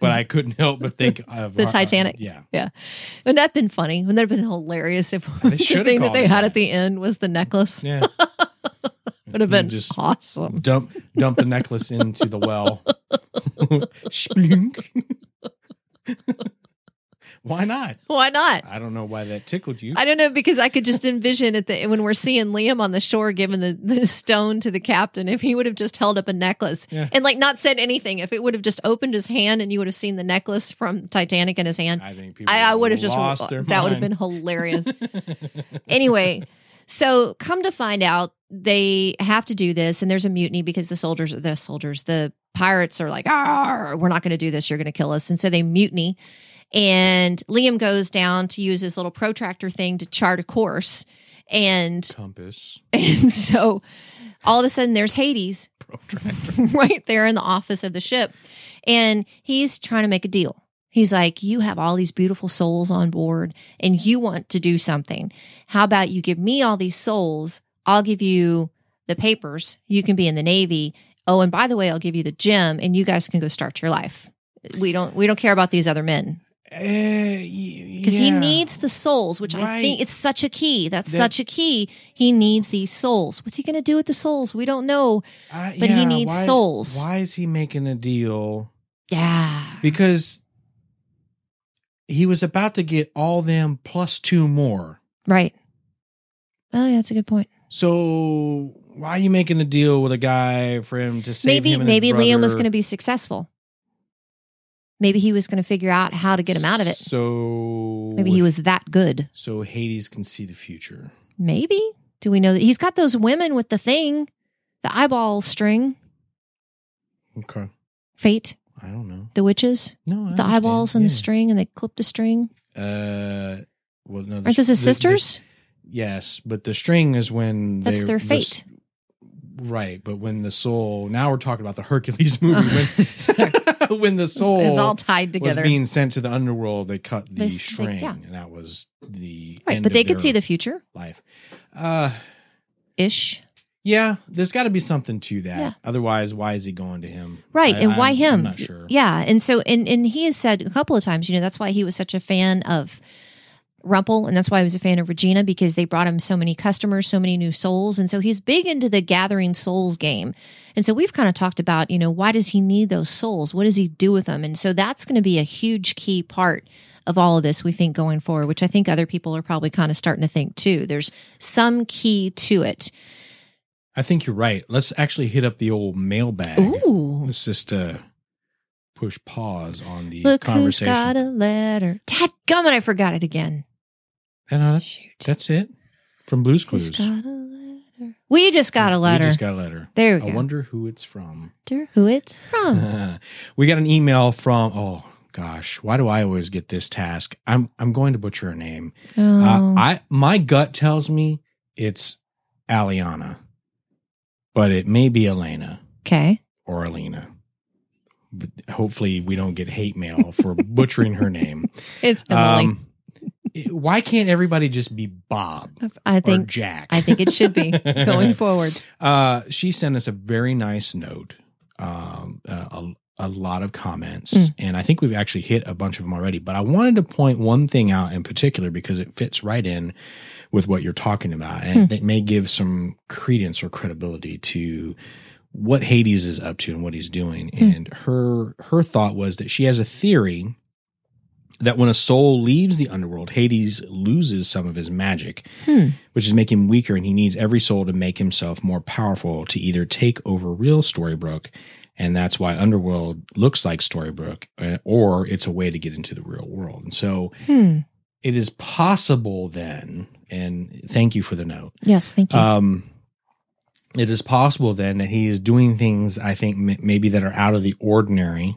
Speaker 2: but I couldn't help but think of
Speaker 1: The Titanic.
Speaker 2: yeah,
Speaker 1: Yeah. Wouldn't that have been funny? Wouldn't that have been hilarious if the
Speaker 2: should've
Speaker 1: thing that
Speaker 2: called
Speaker 1: they
Speaker 2: it
Speaker 1: had
Speaker 2: that.
Speaker 1: at the end was the necklace?
Speaker 2: yeah.
Speaker 1: Would have been
Speaker 2: Just-
Speaker 1: awesome.
Speaker 2: dump dump the necklace into the well. Splunk. why not?
Speaker 1: Why not?
Speaker 2: I don't know why that tickled you.
Speaker 1: I don't know because I could just envision at the when we're seeing Liam on the shore giving the, the stone to the captain, if he would have just held up a necklace
Speaker 2: Yeah.
Speaker 1: and like not said anything, if it would have just opened his hand and you would have seen the necklace from Titanic in his hand,
Speaker 2: I think people
Speaker 1: I, I would have just
Speaker 2: lost their
Speaker 1: that would have been
Speaker 2: mind.
Speaker 1: hilarious. anyway, so come to find out, they have to do this, and there's a mutiny because the soldiers, the soldiers, the pirates are like, "Arr, we're not going to do this. You're going to kill us," and so they mutiny. And Liam goes down to use his little protractor thing to chart a course, and
Speaker 2: compass
Speaker 1: and so all of a sudden there's Hades
Speaker 2: protractor.
Speaker 1: right there in the office of the ship. And he's trying to make a deal. He's like, You have all these beautiful souls on board and you want to do something. How about you give me all these souls? I'll give you the papers. You can be in the Navy. Oh, and by the way, I'll give you the gem and you guys can go start your life. We don't we don't care about these other men.
Speaker 2: Eh,
Speaker 1: Because
Speaker 2: Because
Speaker 1: he needs the souls, which I
Speaker 2: Right.
Speaker 1: think it's such a key. That's
Speaker 2: That-
Speaker 1: such a key. He needs these souls. What's he gonna do with the souls? We don't know. but he needs souls.
Speaker 2: Why is he making a deal?
Speaker 1: Yeah.
Speaker 2: Because he was about to get all them plus two more.
Speaker 1: Right. Oh, yeah, that's a good point.
Speaker 2: So why are you making a deal with a guy for him to save
Speaker 1: maybe
Speaker 2: him and
Speaker 1: maybe
Speaker 2: his
Speaker 1: Liam was
Speaker 2: brother?
Speaker 1: going to be successful. Maybe he was going to figure out how to get him out of it.
Speaker 2: So
Speaker 1: Maybe he was that good.
Speaker 2: So Hades can see the future.
Speaker 1: Maybe. Do we know that he's got those women with the thing, the eyeball string,
Speaker 2: Okay.
Speaker 1: fate,
Speaker 2: I don't know.
Speaker 1: the witches,
Speaker 2: No, I
Speaker 1: the
Speaker 2: understand.
Speaker 1: eyeballs and the
Speaker 2: Yeah.
Speaker 1: string, and they clip the string.
Speaker 2: Uh, well, no. the
Speaker 1: Aren't those
Speaker 2: str-
Speaker 1: his
Speaker 2: the-
Speaker 1: sisters?
Speaker 2: the- yes, but the string is when
Speaker 1: That's
Speaker 2: they-
Speaker 1: their
Speaker 2: the s-
Speaker 1: fate.
Speaker 2: right, but when the soul. Now we're talking about the Hercules movie.
Speaker 1: Sorry.
Speaker 2: When, when the soul
Speaker 1: it's, it's all tied
Speaker 2: was
Speaker 1: together.
Speaker 2: being sent to the underworld, they cut the
Speaker 1: They s- they-
Speaker 2: string,
Speaker 1: yeah.
Speaker 2: and that was the
Speaker 1: right,
Speaker 2: end
Speaker 1: but
Speaker 2: of
Speaker 1: they could
Speaker 2: their
Speaker 1: see the future
Speaker 2: life. Uh,
Speaker 1: ish.
Speaker 2: yeah, there's got to be something to that.
Speaker 1: Yeah.
Speaker 2: Otherwise, why is he going to him?
Speaker 1: Right.
Speaker 2: I-
Speaker 1: and why
Speaker 2: I'm-
Speaker 1: him?
Speaker 2: I'm not sure.
Speaker 1: Yeah. And so and and he has said a couple of times, you know, that's why he was such a fan of Rumple and that's why he was a fan of Regina because they brought him so many customers, so many new souls. And so he's big into the gathering souls game. And so we've kind of talked about, you know, why does he need those souls? What does he do with them? And so that's going to be a huge key part of all of this, we think, going forward, which I think other people are probably kind of starting to think too. There's some key to it.
Speaker 2: I think you're right. Let's actually hit up the old mailbag.
Speaker 1: Ooh.
Speaker 2: Let's just uh, push pause on the
Speaker 1: Look who's
Speaker 2: conversation.
Speaker 1: got a letter. Dad gummit, I forgot it again.
Speaker 2: And, uh, that's,
Speaker 1: Shoot.
Speaker 2: that's it from Blue's Clues.
Speaker 1: Just got a letter. We just got a letter.
Speaker 2: We just got a Uh, letter.
Speaker 1: there we
Speaker 2: I
Speaker 1: go.
Speaker 2: wonder who it's from.
Speaker 1: Wonder who it's from.
Speaker 2: we got an email from. Oh gosh, why do I always get this task? I'm I'm going to butcher her name. Uh,
Speaker 1: Oh.
Speaker 2: I my gut tells me it's Aliana, but it may be Elena.
Speaker 1: okay.
Speaker 2: or Alina. But hopefully, we don't get hate mail for butchering her name.
Speaker 1: It's
Speaker 2: Um, why can't everybody just be Bob
Speaker 1: I
Speaker 2: Um, or
Speaker 1: think
Speaker 2: Jack?
Speaker 1: I think it should be going forward.
Speaker 2: Uh, she sent us a very nice note. Um, uh, a lot of comments,
Speaker 1: Mm.
Speaker 2: and I think we've actually hit a bunch of them already. But I wanted to point one thing out in particular because it fits right in with what you're talking about, and it may give some credence or credibility to what Hades is up to and what he's doing.
Speaker 1: Hmm.
Speaker 2: And her her thought was that she has a theory that when a soul leaves the underworld, Hades loses some of his magic,
Speaker 1: Hmm.
Speaker 2: which is making him weaker, and he needs every soul to make himself more powerful to either take over real Storybrooke, and that's why Underworld looks like Storybrooke, uh, or it's a way to get into the real world. And so
Speaker 1: Hmm.
Speaker 2: it is possible then, and thank you for the note.
Speaker 1: Yes, thank you.
Speaker 2: Um, it is possible then that he is doing things I think m- maybe that are out of the ordinary.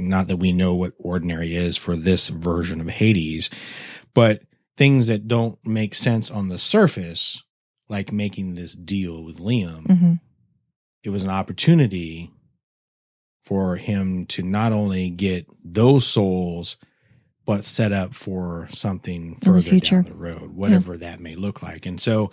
Speaker 2: Not that we know what ordinary is for this version of Hades, but things that don't make sense on the surface, like making this deal with Liam.
Speaker 1: hmm
Speaker 2: It was an opportunity for him to not only get those souls, but set up for something
Speaker 1: the
Speaker 2: further
Speaker 1: future.
Speaker 2: down the road, whatever that may look like. And so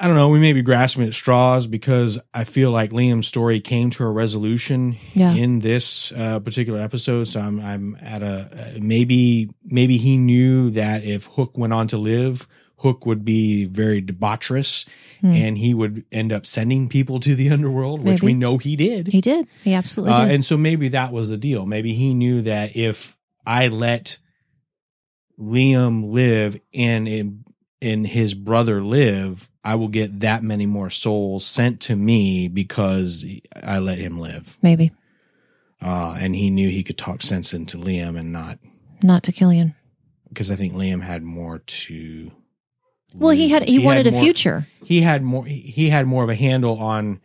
Speaker 2: I don't know, we may be grasping at straws because I feel like Liam's story came to a resolution
Speaker 1: Yeah.
Speaker 2: in this uh, particular episode. So I'm I'm at a uh, maybe maybe he knew that if Hook went on to live, Hook would be very debaucherous
Speaker 1: Hmm.
Speaker 2: and he would end up sending people to the underworld, which we
Speaker 1: Maybe.
Speaker 2: know he did.
Speaker 1: He did. He absolutely
Speaker 2: Uh,
Speaker 1: did.
Speaker 2: and so maybe that was the deal. Maybe he knew that if I let Liam live and in, and his brother live, I will get that many more souls sent to me because I let him live.
Speaker 1: Maybe
Speaker 2: Uh, and he knew he could talk sense into Liam and not
Speaker 1: not to Killian.
Speaker 2: because I think Liam had more to.
Speaker 1: Well, he had.
Speaker 2: lose.
Speaker 1: He, wanted a
Speaker 2: more-
Speaker 1: future.
Speaker 2: He had more. He had more of a handle on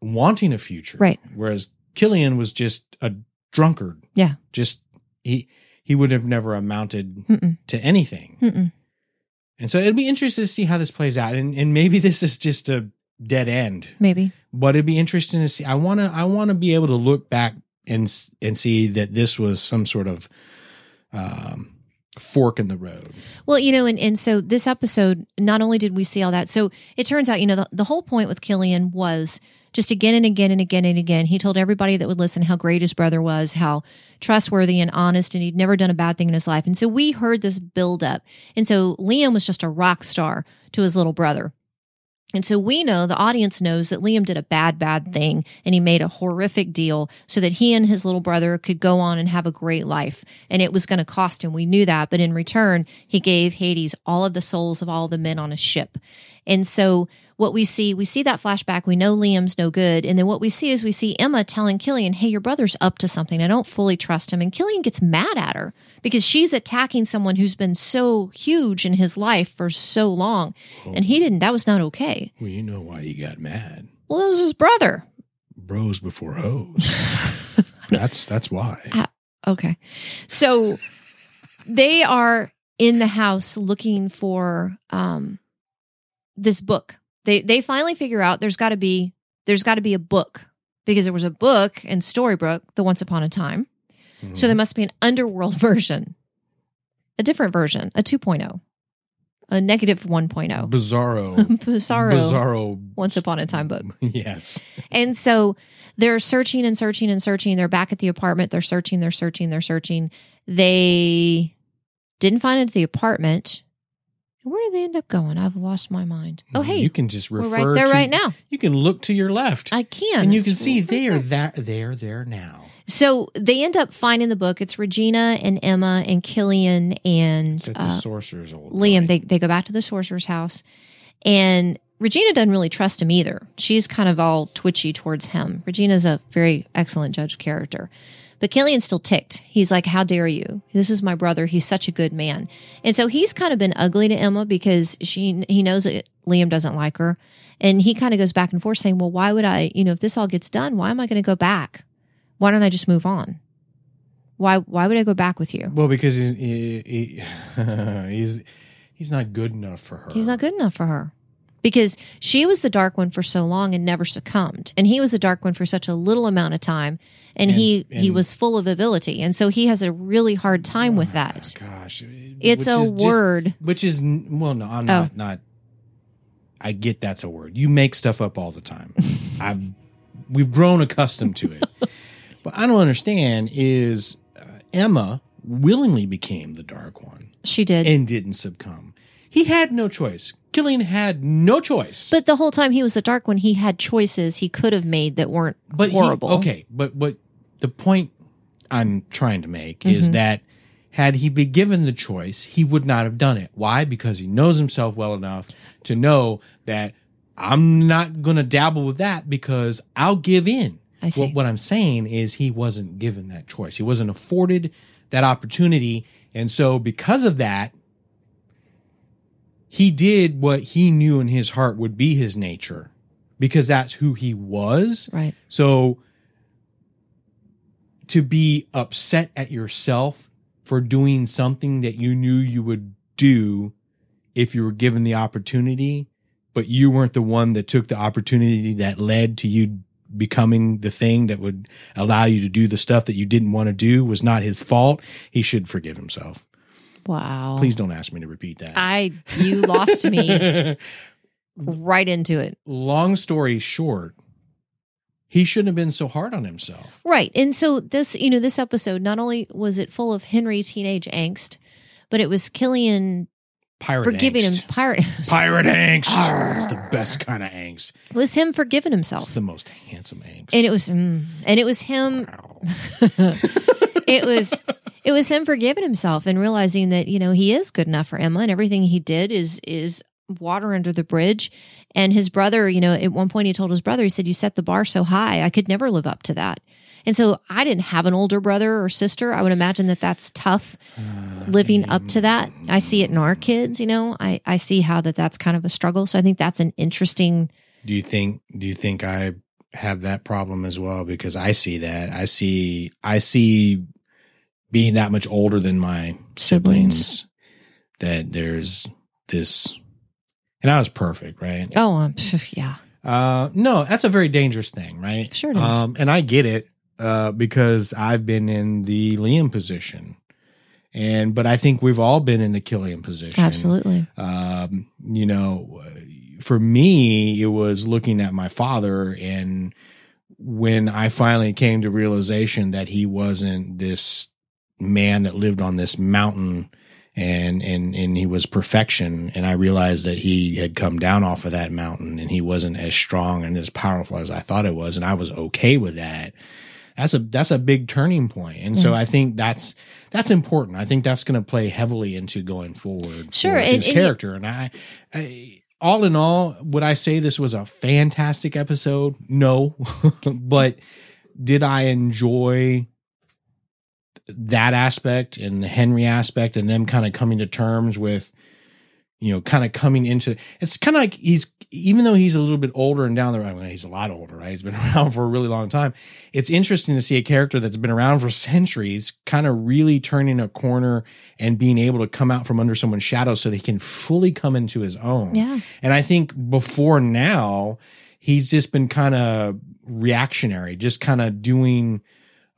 Speaker 2: wanting a future,
Speaker 1: Right.
Speaker 2: Whereas Killian was just a drunkard.
Speaker 1: Yeah.
Speaker 2: Just he he would have never amounted
Speaker 1: Mm-mm.
Speaker 2: to anything.
Speaker 1: Mm-mm.
Speaker 2: And so it'd be interesting to see how this plays out. And and maybe this is just a dead end.
Speaker 1: Maybe.
Speaker 2: But it'd be interesting to see. I wanna I wanna be able to look back and s- and see that this was some sort of um fork in the road.
Speaker 1: Well, you know, and, and so this episode, not only did we see all that, so it turns out, you know, the, the whole point with Killian was just again and again and again and again. He told everybody that would listen how great his brother was, how trustworthy and honest, and he'd never done a bad thing in his life. And so we heard this build up. And so Liam was just a rock star to his little brother. And so we know, the audience knows that Liam did a bad, bad thing and he made a horrific deal so that he and his little brother could go on and have a great life. And it was going to cost him. We knew that. But in return, he gave Hades all of the souls of all the men on a ship. And so what we see, we see that flashback. We know Liam's no good. And then what we see is we see Emma telling Killian, hey, your brother's up to something. I don't fully trust him. And Killian gets mad at her because she's attacking someone who's been so huge in his life for so long. And he didn't, that was not okay.
Speaker 2: Well, you know why he got mad.
Speaker 1: Well, that was his brother.
Speaker 2: Bros before hoes. that's that's why.
Speaker 1: Okay. So they are in the house looking for um this book. They they finally figure out there's got to be there's got to be a book because there was a book in Storybrooke, The Once Upon a Time. So there must be an underworld version. A different version, a 2.0. A negative 1.0.
Speaker 2: Bizarro.
Speaker 1: Bizarro.
Speaker 2: Bizarro.
Speaker 1: Once Upon a Time book.
Speaker 2: yes.
Speaker 1: And so they're searching and searching and searching. They're back at the apartment. They're searching, they're searching, they're searching. They didn't find it at the apartment. Where did they end up going? I've lost my mind. Oh, hey,
Speaker 2: you can just
Speaker 1: we're
Speaker 2: refer
Speaker 1: right there
Speaker 2: to,
Speaker 1: right now.
Speaker 2: You can look to your left,
Speaker 1: I can.
Speaker 2: and you can
Speaker 1: It's
Speaker 2: see
Speaker 1: right
Speaker 2: they are
Speaker 1: there.
Speaker 2: that they're there now.
Speaker 1: So they end up finding the book. It's Regina and Emma and Killian and
Speaker 2: It's at the
Speaker 1: uh,
Speaker 2: sorcerer's old
Speaker 1: Liam.
Speaker 2: Right?
Speaker 1: They, they go back to the sorcerer's house. And Regina doesn't really trust him either. She's kind of all twitchy towards him. Regina's a very excellent judge of character. But Killian's still ticked. He's like, How dare you? This is my brother. He's such a good man. And so he's kind of been ugly to Emma because she he knows that Liam doesn't like her. And he kind of goes back and forth saying, Well, why would I, you know, if this all gets done, why am I going to go back? Why don't I just move on? Why why would I go back with you?
Speaker 2: well, because he's he, he- he's he's not good enough for her.
Speaker 1: He's not good enough for her because she was the dark one for so long and never succumbed, and he was the dark one for such a little amount of time, and,
Speaker 2: And-
Speaker 1: he he
Speaker 2: and-
Speaker 1: was full of avidity, and so he has a really hard time with
Speaker 2: Oh,
Speaker 1: that.
Speaker 2: Gosh,
Speaker 1: It's
Speaker 2: which
Speaker 1: a
Speaker 2: is just-
Speaker 1: word. Oh.
Speaker 2: which is n- well, no, I'm not not. I get that's a word. You make stuff up all the time. I've we've grown accustomed to it. But I don't understand is uh, Emma willingly became the Dark One
Speaker 1: She did.
Speaker 2: and didn't succumb. He had no choice. Killian had no choice.
Speaker 1: but the whole time he was a dark one, he had choices he could have made that weren't
Speaker 2: but he-
Speaker 1: horrible.
Speaker 2: okay, but but the point I'm trying to make is
Speaker 1: Mm-hmm.
Speaker 2: that had he been given the choice, he would not have done it. Why? Because he knows himself well enough to know that I'm not going to dabble with that because I'll give in.
Speaker 1: I see.
Speaker 2: What, what I'm saying is he wasn't given that choice. He wasn't afforded that opportunity, and so because of that, he did what he knew in his heart would be his nature because that's who he was.
Speaker 1: Right.
Speaker 2: So to be upset at yourself for doing something that you knew you would do if you were given the opportunity, but you weren't the one that took the opportunity that led to you becoming the thing that would allow you to do the stuff that you didn't want to do was not his fault. He should forgive himself.
Speaker 1: Wow.
Speaker 2: Please don't ask me to repeat that.
Speaker 1: I you lost me right into it.
Speaker 2: Long story short, he shouldn't have been so hard on himself.
Speaker 1: Right. And so this, you know, this episode not only was it full of Henry teenage angst, but it was Killian
Speaker 2: Pirate
Speaker 1: forgiving
Speaker 2: angst.
Speaker 1: him pirate
Speaker 2: Pirate angst.
Speaker 1: Arr.
Speaker 2: It's the best kind of angst.
Speaker 1: it was him forgiving
Speaker 2: It's
Speaker 1: himself.
Speaker 2: the most handsome angst.
Speaker 1: And it was um, mm, and it was him it was it was him forgiving himself and realizing that, you know, he is good enough for Emma and everything he did is is water under the bridge. And his brother, you know, at one point he told his brother, he said, You set the bar so high, I could never live up to that. And so I didn't have an older brother or sister. I would imagine that that's tough living up to that. I see it in our kids, you know. I I see how that that's kind of a struggle. So I think that's an interesting
Speaker 2: do you think do you think I have that problem as well because I see that. I see I see being that much older than my siblings that there's this and I was perfect, right?
Speaker 1: Oh, um, yeah.
Speaker 2: Uh, no, that's a very dangerous thing, right?
Speaker 1: Sure it is.
Speaker 2: Um, and I get it uh, because I've been in the Liam position, and but I think we've all been in the Killian position.
Speaker 1: Absolutely.
Speaker 2: Um, you know, for me, it was looking at my father, and when I finally came to realization that he wasn't this man that lived on this mountain. And, and and he was perfection and I realized that he had come down off of that mountain and he wasn't as strong and as powerful as I thought it was and I was okay with that. That's a that's a big turning point. And
Speaker 1: Mm.
Speaker 2: so I think that's that's important. I think that's going to play heavily into going forward
Speaker 1: Sure,
Speaker 2: for
Speaker 1: and- and
Speaker 2: his
Speaker 1: you-
Speaker 2: character and I, I all in all would I say this was a fantastic episode? No. but did I enjoy that aspect and the Henry aspect and them kind of coming to terms with, you know, kind of coming into it's kind of like he's even though he's a little bit older and down the road, well, he's a lot older, right? He's been around for a really long time. It's interesting to see a character that's been around for centuries kind of really turning a corner and being able to come out from under someone's shadow so they can fully come into his own.
Speaker 1: Yeah.
Speaker 2: And I think before now, he's just been kind of reactionary, just kind of doing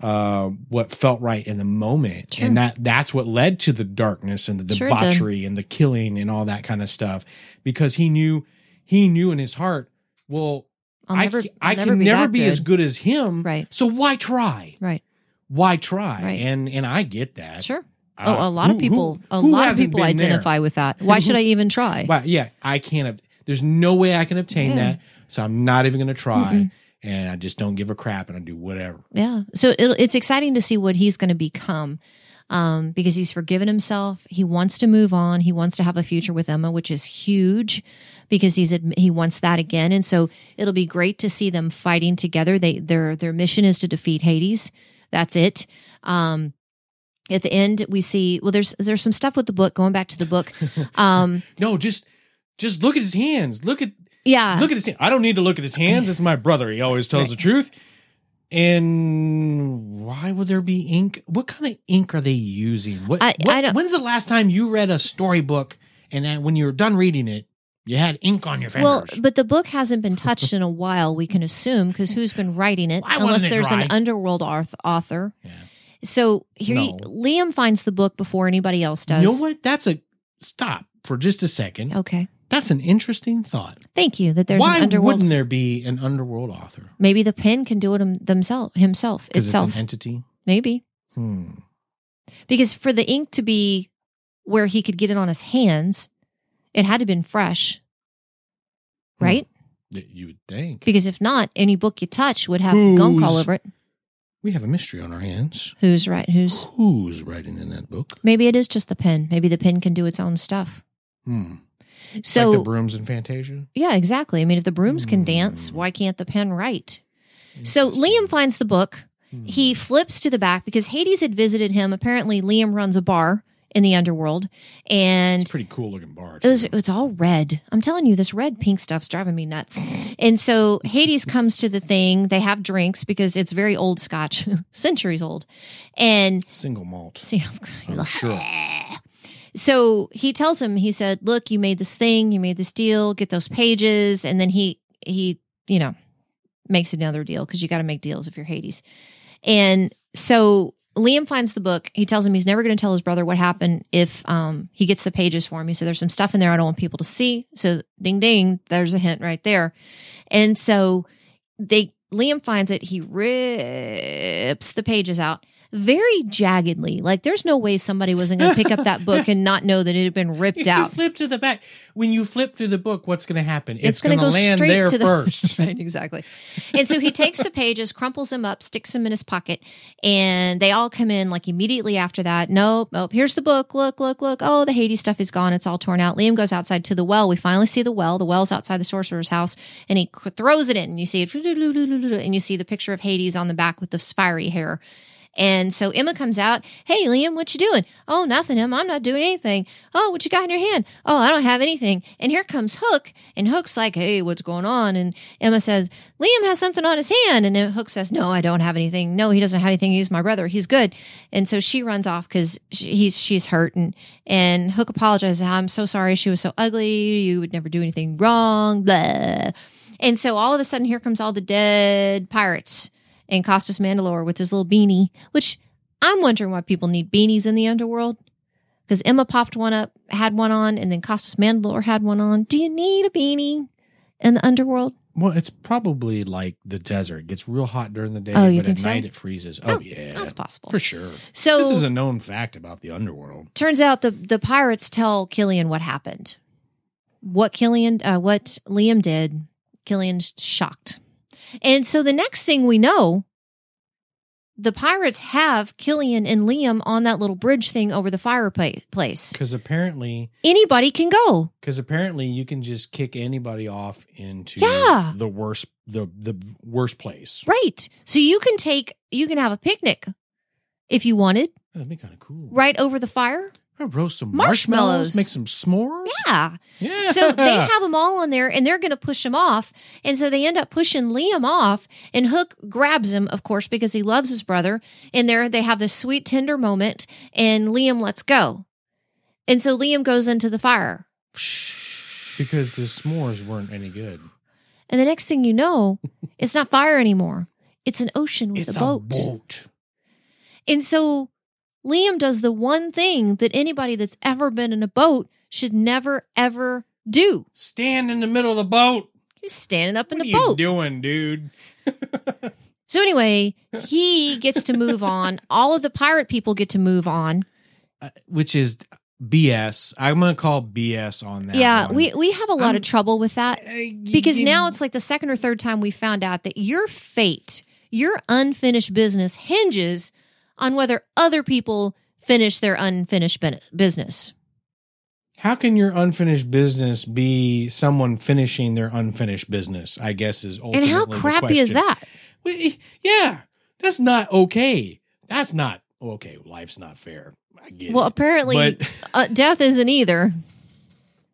Speaker 2: uh, what felt right in the moment,
Speaker 1: Sure.
Speaker 2: and that that's what led to the darkness and the
Speaker 1: Sure it did.
Speaker 2: debauchery and the killing and all that kind of stuff, because he knew he knew in his heart, well,
Speaker 1: I'll
Speaker 2: I
Speaker 1: never,
Speaker 2: ca-
Speaker 1: I'll
Speaker 2: I can
Speaker 1: be
Speaker 2: never
Speaker 1: that
Speaker 2: be
Speaker 1: good.
Speaker 2: as good as him,
Speaker 1: Right.
Speaker 2: So why try?
Speaker 1: Right.
Speaker 2: Why try?
Speaker 1: Right.
Speaker 2: And and I get that.
Speaker 1: Sure.
Speaker 2: Uh,
Speaker 1: oh, a lot
Speaker 2: who-
Speaker 1: of
Speaker 2: who-
Speaker 1: people, a
Speaker 2: who
Speaker 1: lot of
Speaker 2: hasn't
Speaker 1: people
Speaker 2: been there?
Speaker 1: identify with that. Why should I even try?
Speaker 2: But yeah, I can't. ob- There's no way I can obtain
Speaker 1: Yeah.
Speaker 2: that, so I'm not even going to try. And I just don't give a crap, and I do whatever.
Speaker 1: Yeah. So it, it's exciting to see what he's going to become um, because he's forgiven himself. He wants to move on. He wants to have a future with Emma, which is huge because he's adm- he wants that again. And so it'll be great to see them fighting together. They their their mission is to defeat Hades. That's it. Um, at the end, we see well. There's there's some stuff with the book. Going back to the book, um,
Speaker 2: No, just just look at his hands. Look at
Speaker 1: yeah.
Speaker 2: look at his hand. I don't need to look at his hands. It's my brother. He always tells the truth. And why would there be ink? What kind of ink are they using? What,
Speaker 1: I-
Speaker 2: what-
Speaker 1: I don't-
Speaker 2: when's the last time you read a storybook and then when you were done reading it, you had ink on your fingers?
Speaker 1: Well, but the book hasn't been touched in a while, we can assume, because who's been writing it?
Speaker 2: Why
Speaker 1: unless
Speaker 2: wasn't it
Speaker 1: there's an
Speaker 2: dry?
Speaker 1: underworld arth- author.
Speaker 2: Yeah.
Speaker 1: So here, you-
Speaker 2: No.
Speaker 1: Liam finds the book before anybody else does.
Speaker 2: you know what? That's a stop for just a second.
Speaker 1: Okay.
Speaker 2: That's an interesting thought.
Speaker 1: Thank you that there's
Speaker 2: Why
Speaker 1: an underworld.
Speaker 2: wouldn't there be an underworld author?
Speaker 1: Maybe the pen can do it him, themself himself
Speaker 2: Because it's
Speaker 1: itself.
Speaker 2: an entity.
Speaker 1: Maybe
Speaker 2: Hmm.
Speaker 1: because for the ink to be where he could get it on his hands, it had to been fresh,
Speaker 2: Hmm.
Speaker 1: right?
Speaker 2: That You would think.
Speaker 1: Because if not, any book you touch would have gunk all
Speaker 2: Who's-
Speaker 1: over it.
Speaker 2: we have a mystery on our hands.
Speaker 1: Who's right? Who's
Speaker 2: Who's writing in that book?
Speaker 1: maybe it is just the pen. Maybe the pen can do its own stuff.
Speaker 2: Hmm.
Speaker 1: So
Speaker 2: like the brooms in Fantasia.
Speaker 1: Yeah, exactly. I mean, if the brooms can dance,
Speaker 2: Hmm.
Speaker 1: why can't the pen write? So Liam
Speaker 2: Interesting.
Speaker 1: finds the book.
Speaker 2: Hmm.
Speaker 1: He flips to the back because Hades had visited him. Apparently, Liam runs a bar in the underworld, and
Speaker 2: It's a pretty cool looking bar.
Speaker 1: it was,
Speaker 2: too.
Speaker 1: it's all red. I'm telling you, this red pink stuff's driving me nuts. And so Hades comes to the thing. They have drinks because it's very old Scotch, centuries old, and
Speaker 2: Single malt.
Speaker 1: See, I'm crying.
Speaker 2: I'm sure.
Speaker 1: So he tells him, he said, Look, you made this thing, you made this deal, get those pages. And then he, he, you know, makes another deal because you got to make deals if you're Hades. And so Liam finds the book. He tells him he's never going to tell his brother what happened if um, he gets the pages for him. He said, There's some stuff in there I don't want people to see. So ding, ding, there's a hint right there. And so they, Liam finds it. He rips the pages out very jaggedly. Like there's no way somebody wasn't going to pick up that book and not know that it had been ripped
Speaker 2: If you
Speaker 1: out.
Speaker 2: flip to the back, when you flip through the book, what's going to happen? It's,
Speaker 1: It's
Speaker 2: going
Speaker 1: gonna
Speaker 2: to
Speaker 1: go
Speaker 2: land
Speaker 1: straight
Speaker 2: there
Speaker 1: to the-
Speaker 2: first.
Speaker 1: right, exactly. And so he takes the pages, crumples them up, sticks them in his pocket, and they all come in like immediately after that. Nope, nope, here's the book. Look, look, look. Oh, the Hades stuff is gone. It's all torn out. Liam goes outside to the well. We finally see the well. The well's outside the sorcerer's house, and he c- throws it in, and you see it, and you see the picture of Hades on the back with the fiery hair. And so Emma comes out. Hey, Liam, what you doing? Oh, nothing, Emma. I'm not doing anything. Oh, what you got in your hand? Oh, I don't have anything. And here comes Hook. And Hook's like, hey, what's going on? And Emma says, Liam has something on his hand. And then Hook says, no, I don't have anything. No, he doesn't have anything. He's my brother. He's good. And so she runs off because he's she's hurt. And, and Hook apologizes. I'm so sorry. She was so ugly. You would never do anything wrong. Blah. And so all of a sudden, here comes all the dead pirates and Costas Mandalore with his little beanie, which I'm wondering why people need beanies in the underworld. Because Emma popped one up, had one on, and then Costas Mandalore had one on. Do you need a beanie in the underworld?
Speaker 2: Well, it's probably like the desert. It gets real hot during the day,
Speaker 1: Oh, you
Speaker 2: but
Speaker 1: think
Speaker 2: at
Speaker 1: so?
Speaker 2: night it freezes. Oh, yeah.
Speaker 1: That's possible.
Speaker 2: For sure.
Speaker 1: So
Speaker 2: this is a known fact about the underworld.
Speaker 1: turns out the, the pirates tell Killian what happened. What Killian, uh, what Liam did, Killian's shocked. And so the next thing we know, the pirates have Killian and Liam on that little bridge thing over the fireplace.
Speaker 2: Because apparently,
Speaker 1: Anybody can go.
Speaker 2: because apparently, you can just kick anybody off into
Speaker 1: Yeah.
Speaker 2: the worst, the the worst place.
Speaker 1: Right. So you can take, you can have a picnic if you wanted,
Speaker 2: That'd be kind of cool.
Speaker 1: right over the fire.
Speaker 2: I'll roast some
Speaker 1: Marshmallows.
Speaker 2: marshmallows, make some s'mores.
Speaker 1: Yeah.
Speaker 2: Yeah.
Speaker 1: So they have them all on there and they're going to push him off. And so they end up pushing Liam off and Hook grabs him, of course, because he loves his brother. And there they have this sweet, tender moment and Liam lets go. And so Liam goes into the fire.
Speaker 2: because the s'mores weren't any good.
Speaker 1: And the next thing you know, it's not fire anymore. It's an ocean with a boat. And so Liam does the one thing that anybody that's ever been in a boat should never, ever do.
Speaker 2: Stand in the middle of the boat.
Speaker 1: He's standing up in
Speaker 2: what
Speaker 1: the
Speaker 2: are
Speaker 1: boat.
Speaker 2: you doing, dude?
Speaker 1: So anyway, he gets to move on. All of the pirate people get to move on.
Speaker 2: Uh, which is BS. I'm gonna call BS on that.
Speaker 1: yeah,
Speaker 2: one.
Speaker 1: we we have a lot
Speaker 2: I'm-
Speaker 1: of trouble with
Speaker 2: Uh,
Speaker 1: that
Speaker 2: y-
Speaker 1: because
Speaker 2: you-
Speaker 1: now it's like the second or third time we found out that your fate, your unfinished business hinges on whether other people finish their unfinished ben- business.
Speaker 2: how can your unfinished business be someone finishing their unfinished business? I guess is ultimately
Speaker 1: And how
Speaker 2: the
Speaker 1: crappy is
Speaker 2: question.
Speaker 1: that?
Speaker 2: We- yeah, that's not okay. That's not okay. Life's not fair. I get
Speaker 1: Well,
Speaker 2: it.
Speaker 1: apparently
Speaker 2: But
Speaker 1: uh, death isn't either.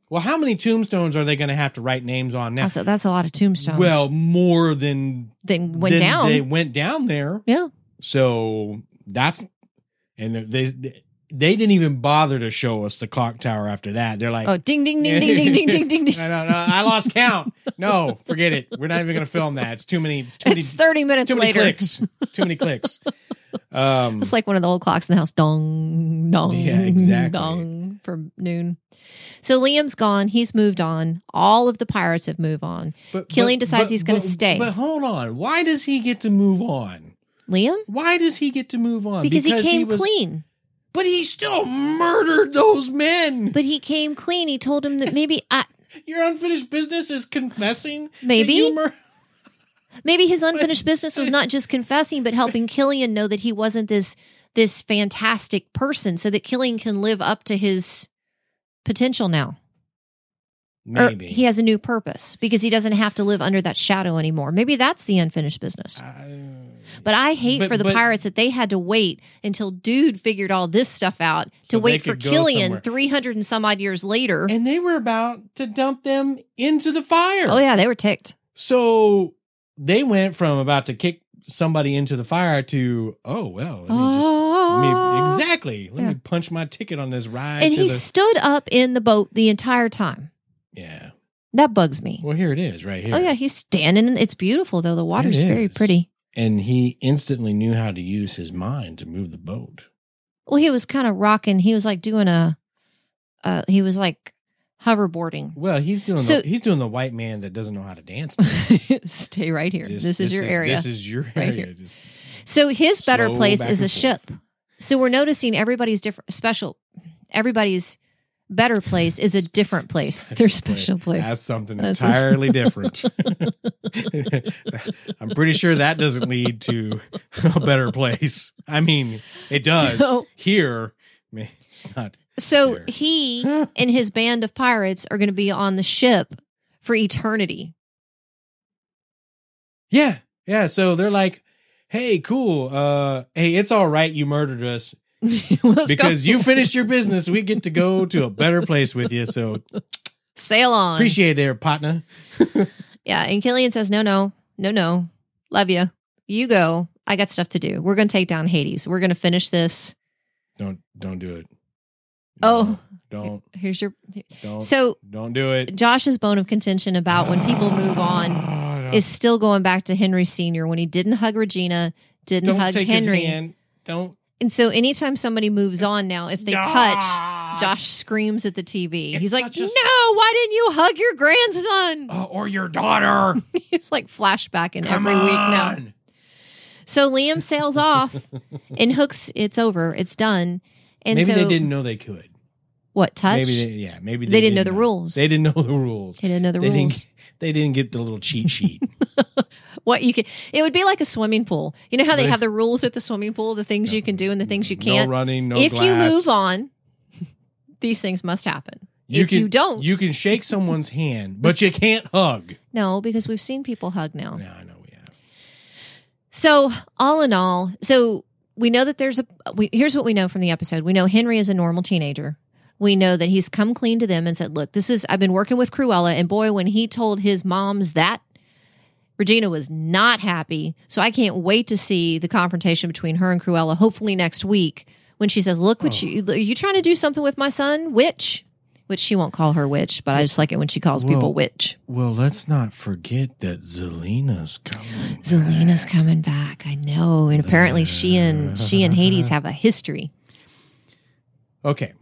Speaker 2: well, how many tombstones are they going to have to write names on now?
Speaker 1: That's a, that's a lot of tombstones.
Speaker 2: Well, more than
Speaker 1: then went
Speaker 2: than
Speaker 1: down.
Speaker 2: They went down there.
Speaker 1: yeah,
Speaker 2: So that's and they they didn't even bother to show us the clock tower after that. They're like,
Speaker 1: oh, ding, ding, ding, ding, ding, ding, ding, ding, ding.
Speaker 2: I don't know, I lost count. No, forget it. We're not even going to film that. It's too many. It's too many.
Speaker 1: It's thirty
Speaker 2: it's
Speaker 1: minutes
Speaker 2: too many
Speaker 1: later.
Speaker 2: clicks. It's too many clicks. Um,
Speaker 1: It's like one of the old clocks in the house. Dong, dong,
Speaker 2: Yeah, exactly.
Speaker 1: dong. from noon. So Liam's gone. He's moved on. All of the pirates have moved on.
Speaker 2: But
Speaker 1: Killian decides he's gonna
Speaker 2: but-
Speaker 1: stay.
Speaker 2: But hold on, why does he get to move on?
Speaker 1: Liam?
Speaker 2: Why does he get to move on?
Speaker 1: Because, he came
Speaker 2: was-
Speaker 1: clean.
Speaker 2: But he still murdered those men.
Speaker 1: But he came clean. He told him that maybe uh, I,
Speaker 2: Your unfinished business is confessing. that
Speaker 1: Maybe.
Speaker 2: you mur-
Speaker 1: maybe his unfinished business was not just confessing, but helping Killian know that he wasn't this this fantastic person, so that Killian can live up to his potential now. Or
Speaker 2: Maybe.
Speaker 1: he has a new purpose because he doesn't have to live under that shadow anymore. Maybe that's the unfinished business.
Speaker 2: I-
Speaker 1: But I hate
Speaker 2: Uh, But-
Speaker 1: for the
Speaker 2: but-
Speaker 1: pirates that they had to wait until Dude figured all this stuff out to
Speaker 2: So they
Speaker 1: wait for
Speaker 2: could go
Speaker 1: Killian
Speaker 2: somewhere.
Speaker 1: 300 and some odd years later.
Speaker 2: and they were about to dump them into the fire.
Speaker 1: oh, yeah, they were ticked.
Speaker 2: So they went from about to kick somebody into the fire to, oh, well, let me just. Let me,
Speaker 1: Ah.
Speaker 2: exactly. Let
Speaker 1: Yeah.
Speaker 2: me punch my ticket on this ride
Speaker 1: And
Speaker 2: to
Speaker 1: he
Speaker 2: the.
Speaker 1: stood up in the boat the entire time.
Speaker 2: Yeah.
Speaker 1: That bugs me.
Speaker 2: Well, here it is, right here.
Speaker 1: Oh, yeah, he's standing. and It's beautiful, though. The water's
Speaker 2: It
Speaker 1: very
Speaker 2: is.
Speaker 1: pretty.
Speaker 2: And he instantly knew how to use his mind to move the boat.
Speaker 1: Well, he was kind of rocking. He was like doing a, uh, he was like hoverboarding.
Speaker 2: Well, he's doing
Speaker 1: So-
Speaker 2: the, he's doing the white man that doesn't know how to dance. dance.
Speaker 1: Stay right here.
Speaker 2: Just-
Speaker 1: this, is your area.
Speaker 2: This is your
Speaker 1: Right
Speaker 2: area.
Speaker 1: here.
Speaker 2: Just
Speaker 1: So his better
Speaker 2: Slow
Speaker 1: place
Speaker 2: back
Speaker 1: is a
Speaker 2: and
Speaker 1: ship.
Speaker 2: forth.
Speaker 1: So we're noticing everybody's different special everybody's better place is a different place.
Speaker 2: Special
Speaker 1: Their special place.
Speaker 2: That's something
Speaker 1: That's a-
Speaker 2: entirely different. I'm pretty sure that doesn't lead to a better place. I mean, it does
Speaker 1: So-
Speaker 2: here. I mean, It's not.
Speaker 1: So
Speaker 2: There.
Speaker 1: he and his band of pirates are going to be on the ship for eternity.
Speaker 2: Yeah, yeah. So they're like, "Hey, cool. Uh, hey, it's all right. You murdered us
Speaker 1: Let's
Speaker 2: because
Speaker 1: go.
Speaker 2: you finished your business. We get to go to a better place with you. So
Speaker 1: sail on.
Speaker 2: appreciate it, there, partner."
Speaker 1: yeah, and Killian says, "No, no, no, no. Love you. You go. I got stuff to do. We're going to take down Hades. We're going to finish this.
Speaker 2: Don't don't do it.
Speaker 1: Oh.
Speaker 2: No, don't
Speaker 1: Here's your
Speaker 2: don't
Speaker 1: so."
Speaker 2: don't do it.
Speaker 1: Josh's bone of contention about when people move on
Speaker 2: on
Speaker 1: is still going back to Henry Sr. when he didn't hug Regina, didn't
Speaker 2: don't
Speaker 1: hug
Speaker 2: take
Speaker 1: Henry.
Speaker 2: his hand. Don't
Speaker 1: And so anytime somebody moves
Speaker 2: It's-
Speaker 1: on now, if they touch,
Speaker 2: Ah!
Speaker 1: Josh screams at the TV.
Speaker 2: It's
Speaker 1: He's like,
Speaker 2: such a
Speaker 1: No,
Speaker 2: s-
Speaker 1: why didn't you hug your grandson?
Speaker 2: Uh, or your daughter.
Speaker 1: He's like flashbacking
Speaker 2: Come
Speaker 1: every week now.
Speaker 2: on.
Speaker 1: So Liam sails off and hooks, it's over, it's done. And
Speaker 2: maybe
Speaker 1: so,
Speaker 2: they didn't know they could.
Speaker 1: what, touch?
Speaker 2: Maybe they, yeah. Maybe
Speaker 1: They
Speaker 2: they,
Speaker 1: didn't know the rules.
Speaker 2: They didn't know the rules.
Speaker 1: They didn't know the
Speaker 2: they
Speaker 1: rules.
Speaker 2: didn't. They didn't get the little cheat sheet.
Speaker 1: What you can, it would be like a swimming pool. You know how they
Speaker 2: They-
Speaker 1: have the rules at the swimming pool, the things you can do and the things you can't.
Speaker 2: No running. No
Speaker 1: if you
Speaker 2: glass.
Speaker 1: move on, these things must happen.
Speaker 2: You
Speaker 1: if
Speaker 2: can-
Speaker 1: you don't,
Speaker 2: you can shake someone's hand, but you can't hug.
Speaker 1: no, because we've seen people hug now.
Speaker 2: Yeah, I know we have.
Speaker 1: So all in all, so we know that there's a. We, here's what we know from the episode. We know Henry is a normal teenager. We know that he's come clean to them and said, "Look, this is. I've been working with Cruella, and boy, when he told his moms that." Regina was not happy, so I can't wait to see the confrontation between her and Cruella. Hopefully next week, when she says, "Look, what
Speaker 2: Oh.
Speaker 1: you are you trying to do something with my son, witch?" Which she won't call her witch, but I just like it when she calls people
Speaker 2: Well,
Speaker 1: witch.
Speaker 2: Well, let's not forget that Zelina's coming.
Speaker 1: Zelina's coming back. I know, and apparently she and she and Hades have a history.
Speaker 2: Okay.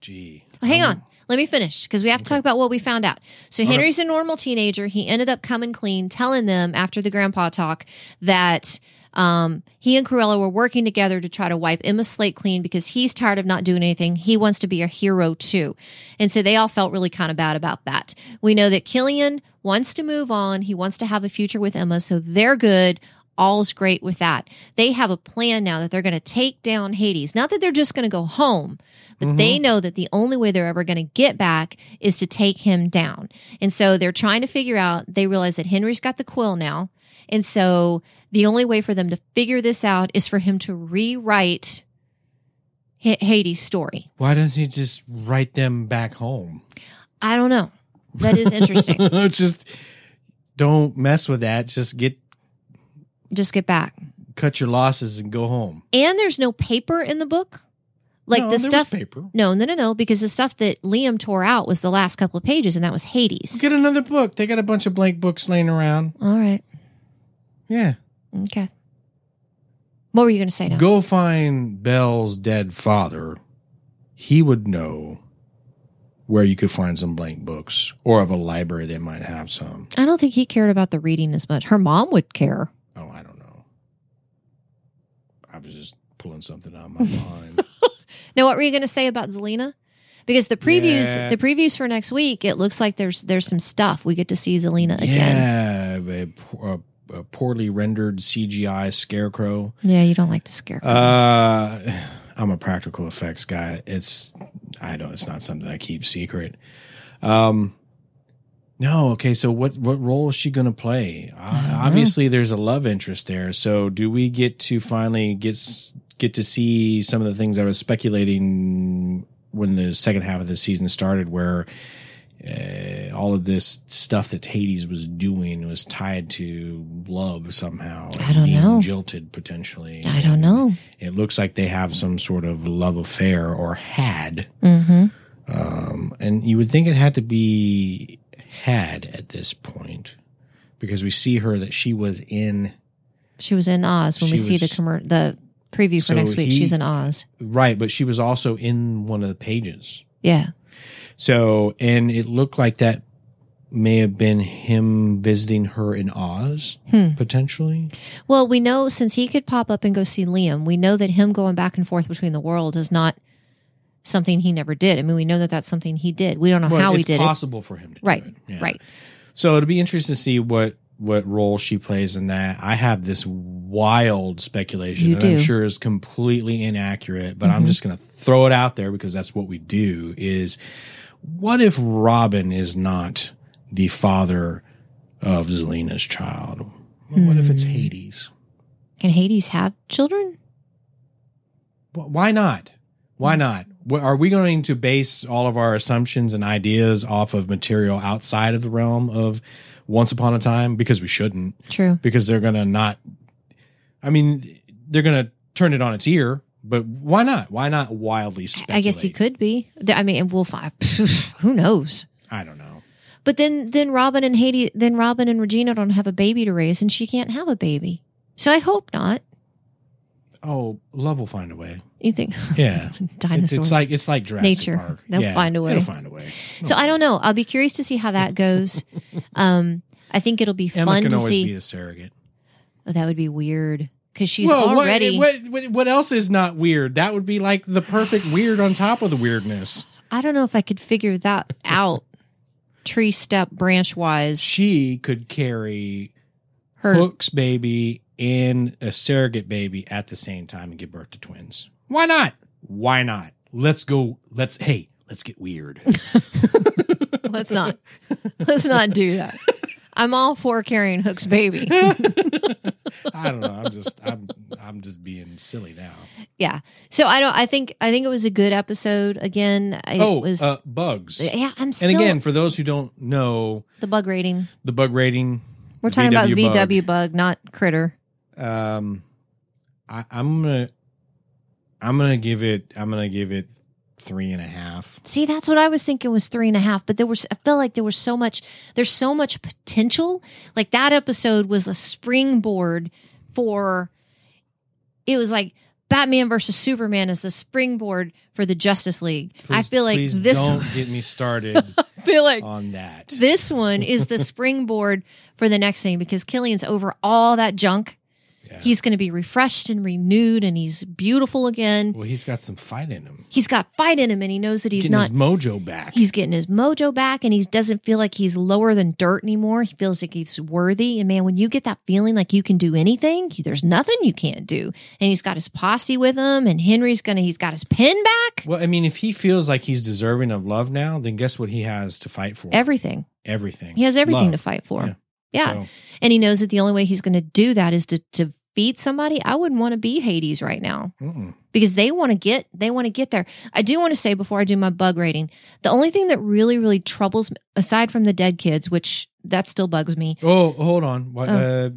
Speaker 2: Gee.
Speaker 1: Hang
Speaker 2: Um,
Speaker 1: on, let me finish because we have to talk about what we found out. So Henry's a normal teenager. He ended up coming clean, telling them after the grandpa talk that um, he and Cruella were working together to try to wipe Emma Slate clean because he's tired of not doing anything. He wants to be a hero too, and so they all felt really kind of bad about that. We know that Killian wants to move on. He wants to have a future with Emma, so they're good. All's great with that. They have a plan now that they're going to take down Hades. Not that they're just going to go home, but they
Speaker 2: Mm-hmm.
Speaker 1: know that the only way they're ever going to get back is to take him down. And so they're trying to figure out, they realize that Henry's got the quill now. And so the only way for them to figure this out is for him to rewrite H- Hades' story.
Speaker 2: Why doesn't he just write them back home?
Speaker 1: I don't know. That is interesting.
Speaker 2: just don't mess with that. Just get
Speaker 1: just get back.
Speaker 2: cut your losses and go home.
Speaker 1: And there's no paper in the book. Like
Speaker 2: No,
Speaker 1: the
Speaker 2: there was
Speaker 1: stuff
Speaker 2: paper.
Speaker 1: No, no, no, no, because the stuff that Liam tore out was the last couple of pages, and that was Hades.
Speaker 2: Get another book. They got a bunch of blank books laying around.
Speaker 1: All right.
Speaker 2: Yeah.
Speaker 1: Okay. What were you going to say now?
Speaker 2: Go find Belle's dead father. he would know where you could find some blank books or of a library that might have some.
Speaker 1: I don't think he cared about the reading as much. Her mom would care.
Speaker 2: Oh, I don't know. I was just pulling something out of my mind.
Speaker 1: Now, what were you going to say about Zelina? Because the previews,
Speaker 2: Yeah.
Speaker 1: the previews for next week, it looks like there's there's some stuff we get to see Zelina again.
Speaker 2: yeah, a, po- a, a poorly rendered CGI scarecrow.
Speaker 1: Yeah, you don't like the scarecrow.
Speaker 2: Uh, I'm a practical effects guy. It's I don't. It's not something I keep secret. Um, no. Okay. So what what role is she going to play?
Speaker 1: don't know.
Speaker 2: Uh, obviously, there's a love interest there. So do we get to finally get s- get to see some of the things I was speculating when the second half of the season started, where uh, all of this stuff that Hades was doing was tied to love somehow.
Speaker 1: I
Speaker 2: and
Speaker 1: don't
Speaker 2: being
Speaker 1: know.
Speaker 2: Jilted potentially.
Speaker 1: I don't know.
Speaker 2: It looks like they have some sort of love affair or had.
Speaker 1: Mm-hmm.
Speaker 2: Um, and you would think it had to be had at this point because we see her that she was in.
Speaker 1: She was in Oz when we
Speaker 2: She
Speaker 1: see the
Speaker 2: was-
Speaker 1: commer- the preview for
Speaker 2: So
Speaker 1: next week.
Speaker 2: he-
Speaker 1: She's in Oz.
Speaker 2: Right, but she was also in one of the pages.
Speaker 1: Yeah,
Speaker 2: So, and it looked like that may have been him visiting her in Oz,
Speaker 1: Hmm.
Speaker 2: potentially.
Speaker 1: Well, we know since he could pop up and go see Liam, we know that him going back and forth between the world is not something he never did. I mean, we know that that's something he did. We don't know
Speaker 2: Well,
Speaker 1: how he
Speaker 2: it's
Speaker 1: did
Speaker 2: possible for him to do
Speaker 1: Right,
Speaker 2: it.
Speaker 1: it.
Speaker 2: Yeah.
Speaker 1: Right.
Speaker 2: So it'll be interesting to see what what role she plays in that. I have this wild speculation
Speaker 1: You
Speaker 2: that I'm
Speaker 1: do.
Speaker 2: sure is completely inaccurate, but I'm
Speaker 1: Mhm.
Speaker 2: just going to throw it out there because that's what we do is what if Robin is not the father of Zelina's child? Well, What if it's
Speaker 1: Hmm.
Speaker 2: Hades?
Speaker 1: Can Hades have children?
Speaker 2: Wh- Why not?
Speaker 1: Hmm.
Speaker 2: Why not? Wh- Are we going to base all of our assumptions and ideas off of material outside of the realm of Once Upon a Time? Because we shouldn't.
Speaker 1: True.
Speaker 2: because they're gonna not i mean they're gonna turn it on its ear but why not why not wildly speculate
Speaker 1: I guess he could be. Th- I mean, and we'll find. Who knows?
Speaker 2: i don't know
Speaker 1: But then, then Robin and Hades, then Robin and Regina don't have a baby to raise, and she can't have a baby. So I hope not.
Speaker 2: oh love will find a way
Speaker 1: You think
Speaker 2: yeah It-
Speaker 1: dinosaurs?
Speaker 2: it's like it's like Jurassic
Speaker 1: Nature.
Speaker 2: Park.
Speaker 1: They'll
Speaker 2: Yeah,
Speaker 1: find a way.
Speaker 2: They'll find a way.
Speaker 1: so I don't know. I'll be curious to see how that goes. um, I think it'll be
Speaker 2: Emma
Speaker 1: fun
Speaker 2: can
Speaker 1: to
Speaker 2: always
Speaker 1: see.
Speaker 2: be a surrogate.
Speaker 1: Oh, that would be weird because she's
Speaker 2: Well, what- eh,
Speaker 1: already.
Speaker 2: What, what, what else is not weird? That would be like the perfect weird on top of the weirdness.
Speaker 1: I don't know if I could figure that out. Tree step branch wise,
Speaker 2: She could carry
Speaker 1: her
Speaker 2: Hook's baby and a surrogate baby at the same time and give birth to twins. Why not? Why not? Let's go. Let's hey, let's get weird.
Speaker 1: let's not let's not do that. I'm all for carrying Hook's baby.
Speaker 2: I don't know. I'm just I'm I'm just being silly now.
Speaker 1: Yeah. So I don't. I think I think it was a good episode. Again, it
Speaker 2: oh,
Speaker 1: was.
Speaker 2: uh, bugs.
Speaker 1: yeah, I'm still
Speaker 2: and again, for those who don't know,
Speaker 1: the bug rating.
Speaker 2: the bug rating.
Speaker 1: We're talking
Speaker 2: VW
Speaker 1: about
Speaker 2: bug.
Speaker 1: VW bug, not critter.
Speaker 2: Um, I, I'm gonna I'm gonna give it I'm gonna give it three and a half.
Speaker 1: See, that's what I was thinking was three and a half, but there was I felt like there was so much there's so much potential. Like that episode was a springboard for it was like Batman versus Superman is the springboard for the Justice League. I
Speaker 2: Please-
Speaker 1: feel like
Speaker 2: please
Speaker 1: this
Speaker 2: Don't get me started
Speaker 1: I feel like
Speaker 2: on that.
Speaker 1: this one is the springboard for the next thing because Killian's over all that junk.
Speaker 2: Yeah.
Speaker 1: He's going to be refreshed and renewed and he's beautiful again.
Speaker 2: Well, he's got some fight in him.
Speaker 1: He's got fight in him and he knows that he's
Speaker 2: Getting
Speaker 1: not
Speaker 2: his mojo back.
Speaker 1: He's getting his mojo back and he doesn't feel like he's lower than dirt anymore. He feels like he's worthy. And man, when you get that feeling like you can do anything, you- there's nothing you can't do. And he's got his posse with him and Henry's going to, he's got his pen back.
Speaker 2: well, I mean, if he feels like he's deserving of love now, then guess what he has to fight for?
Speaker 1: Everything.
Speaker 2: everything.
Speaker 1: He has everything to
Speaker 2: Love.
Speaker 1: fight for.
Speaker 2: Yeah.
Speaker 1: Yeah.
Speaker 2: So,
Speaker 1: And he knows that the only way he's going to do that is to to defeat somebody. I wouldn't want to be Hades right now.
Speaker 2: mm-mm.
Speaker 1: because they want to get they want to get there. I do want to say before I do my bug rating, the only thing that really really troubles me, aside from the dead kids, which that still bugs me.
Speaker 2: Oh, hold on. What, uh,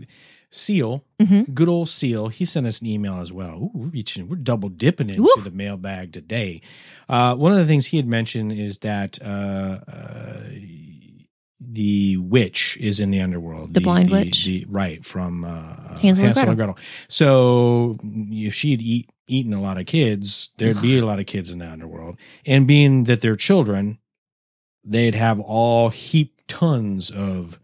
Speaker 2: Seal,
Speaker 1: Mhm.
Speaker 2: good old Seal, he sent us an email as well. Ooh, we're, reaching, we're double dipping into
Speaker 1: Woo.
Speaker 2: the mailbag today. Uh, one of the things he had mentioned is that uh, uh, the witch is in the underworld.
Speaker 1: The blind witch?
Speaker 2: the- right from uh,
Speaker 1: Hansel and
Speaker 2: Gretel. So if she had eat, eaten a lot of kids, there'd be a lot of kids in the underworld, and being that they're children, they'd have all heap tons of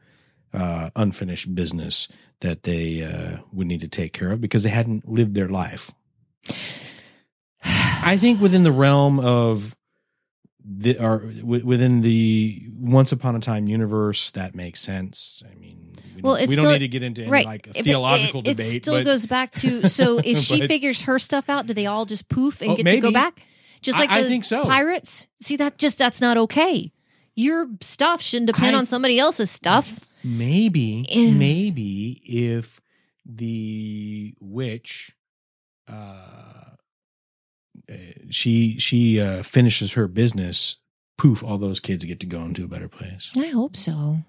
Speaker 2: uh, unfinished business that they uh, would need to take care of because they hadn't lived their life. I think within the realm of the or wi- within the once upon a time universe, that makes sense. I mean, we,
Speaker 1: Well,
Speaker 2: don't,
Speaker 1: it's
Speaker 2: we don't
Speaker 1: still-
Speaker 2: need to get into any,
Speaker 1: right.
Speaker 2: like a
Speaker 1: But it-
Speaker 2: theological
Speaker 1: it,
Speaker 2: debate.
Speaker 1: It still
Speaker 2: but
Speaker 1: goes back to so if she
Speaker 2: But-
Speaker 1: figures her stuff out, do they all just poof and
Speaker 2: Oh,
Speaker 1: get to go
Speaker 2: maybe.
Speaker 1: back? Just
Speaker 2: I-
Speaker 1: like
Speaker 2: I,
Speaker 1: the
Speaker 2: think so.
Speaker 1: pirates. See that just that's not okay. Your stuff shouldn't depend
Speaker 2: I-
Speaker 1: on somebody else's stuff. Eh.
Speaker 2: Maybe,
Speaker 1: Ew.
Speaker 2: maybe if the witch, uh, uh, she she uh, finishes her business, poof, all those kids get to go into a better place.
Speaker 1: I hope so.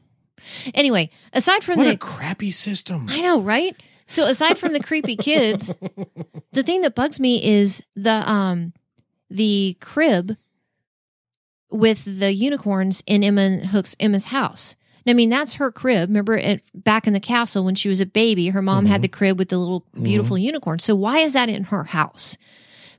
Speaker 1: Anyway, aside from
Speaker 2: What
Speaker 1: the
Speaker 2: a crappy system!
Speaker 1: I know, right? So aside from the creepy kids, the thing that bugs me is the um the crib with the unicorns in Emma and Hook's Emma's house. And I mean, that's her crib. Remember it back in the castle when she was a baby, her mom had
Speaker 2: Mhm.
Speaker 1: the crib with the little beautiful unicorn. So why is that in her house?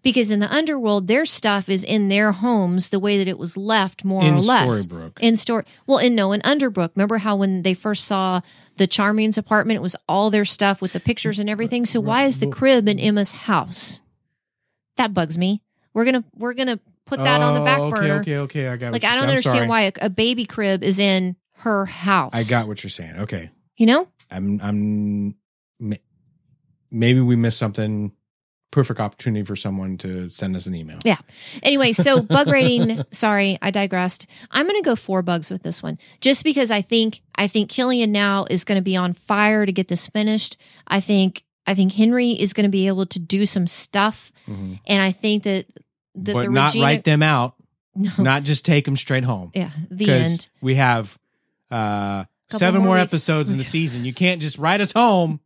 Speaker 1: Because in the underworld, their stuff is in their homes the way that it was left, more
Speaker 2: in
Speaker 1: or less.
Speaker 2: Storybrooke.
Speaker 1: In store, well, in no, in Underbrook. Remember how when they first saw the Charmian's apartment, it was all their stuff with the pictures and everything. So why is the
Speaker 2: Well-
Speaker 1: crib in Emma's house? That bugs me. We're gonna we're gonna put that on the
Speaker 2: Oh,
Speaker 1: back
Speaker 2: okay,
Speaker 1: burner.
Speaker 2: Okay, okay, I got.
Speaker 1: Like
Speaker 2: what
Speaker 1: I don't
Speaker 2: you're saying. I'm
Speaker 1: understand
Speaker 2: sorry.
Speaker 1: why a, a baby crib is in her house.
Speaker 2: I got what you're saying. Okay,
Speaker 1: you know.
Speaker 2: I'm I'm m- maybe we missed something. Perfect opportunity for someone to send us an email.
Speaker 1: Yeah. Anyway, so bug rating. Sorry, I digressed. I'm going to go four bugs with this one, just because I think I think Killian now is going to be on fire to get this finished. I think I think Henry is going to be able to do some stuff,
Speaker 2: Mhm.
Speaker 1: and I think that that
Speaker 2: but
Speaker 1: the
Speaker 2: not
Speaker 1: Regina,
Speaker 2: write them out.
Speaker 1: no,
Speaker 2: Not just take them straight home.
Speaker 1: yeah, the end.
Speaker 2: Because we have uh,
Speaker 1: Couple
Speaker 2: seven
Speaker 1: more
Speaker 2: more,
Speaker 1: weeks.
Speaker 2: episodes in the season. You can't just write us home.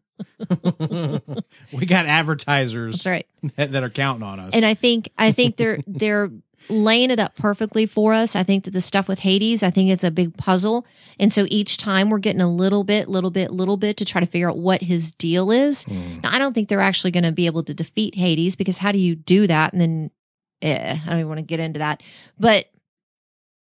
Speaker 2: we got advertisers
Speaker 1: That's right.
Speaker 2: that, that are counting on us.
Speaker 1: And I think I think they're they're laying it up perfectly for us. I think that the stuff with Hades, I think it's a big puzzle. And so each time we're getting a little bit, little bit, little bit to try to figure out what his deal is.
Speaker 2: Mm.
Speaker 1: Now, I don't think they're actually going to be able to defeat Hades because how do you do that? And then eh, I don't even want to get into that, but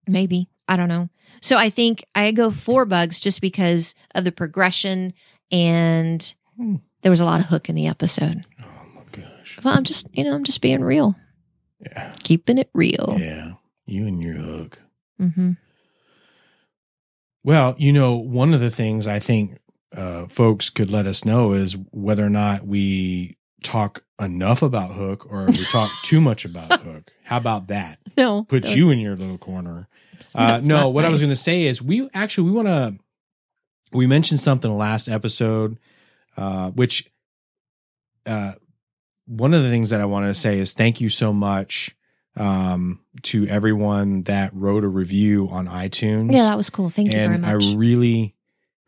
Speaker 1: maybe I don't know. So I think I go four bugs just because of the progression and
Speaker 2: Hmm.
Speaker 1: there was a lot of hook in the episode.
Speaker 2: oh my gosh.
Speaker 1: Well, I'm just you know I'm just being real,
Speaker 2: Yeah.
Speaker 1: keeping it real.
Speaker 2: Yeah. You and your hook.
Speaker 1: Mm-hmm.
Speaker 2: Well, you know, one of the things I think uh, folks could let us know is whether or not we talk enough about Hook or if we talk too much about Hook. How about that?
Speaker 1: No,
Speaker 2: put
Speaker 1: that-
Speaker 2: you in your little corner. Uh,
Speaker 1: That's
Speaker 2: no,
Speaker 1: not
Speaker 2: what I was
Speaker 1: nice.
Speaker 2: going to say is we actually we want to we mentioned something last episode, uh, which uh, one of the things that I wanted to say is thank you so much um, to everyone that wrote a review on iTunes
Speaker 1: Yeah, that was cool. Thank you very
Speaker 2: and I
Speaker 1: much.
Speaker 2: really,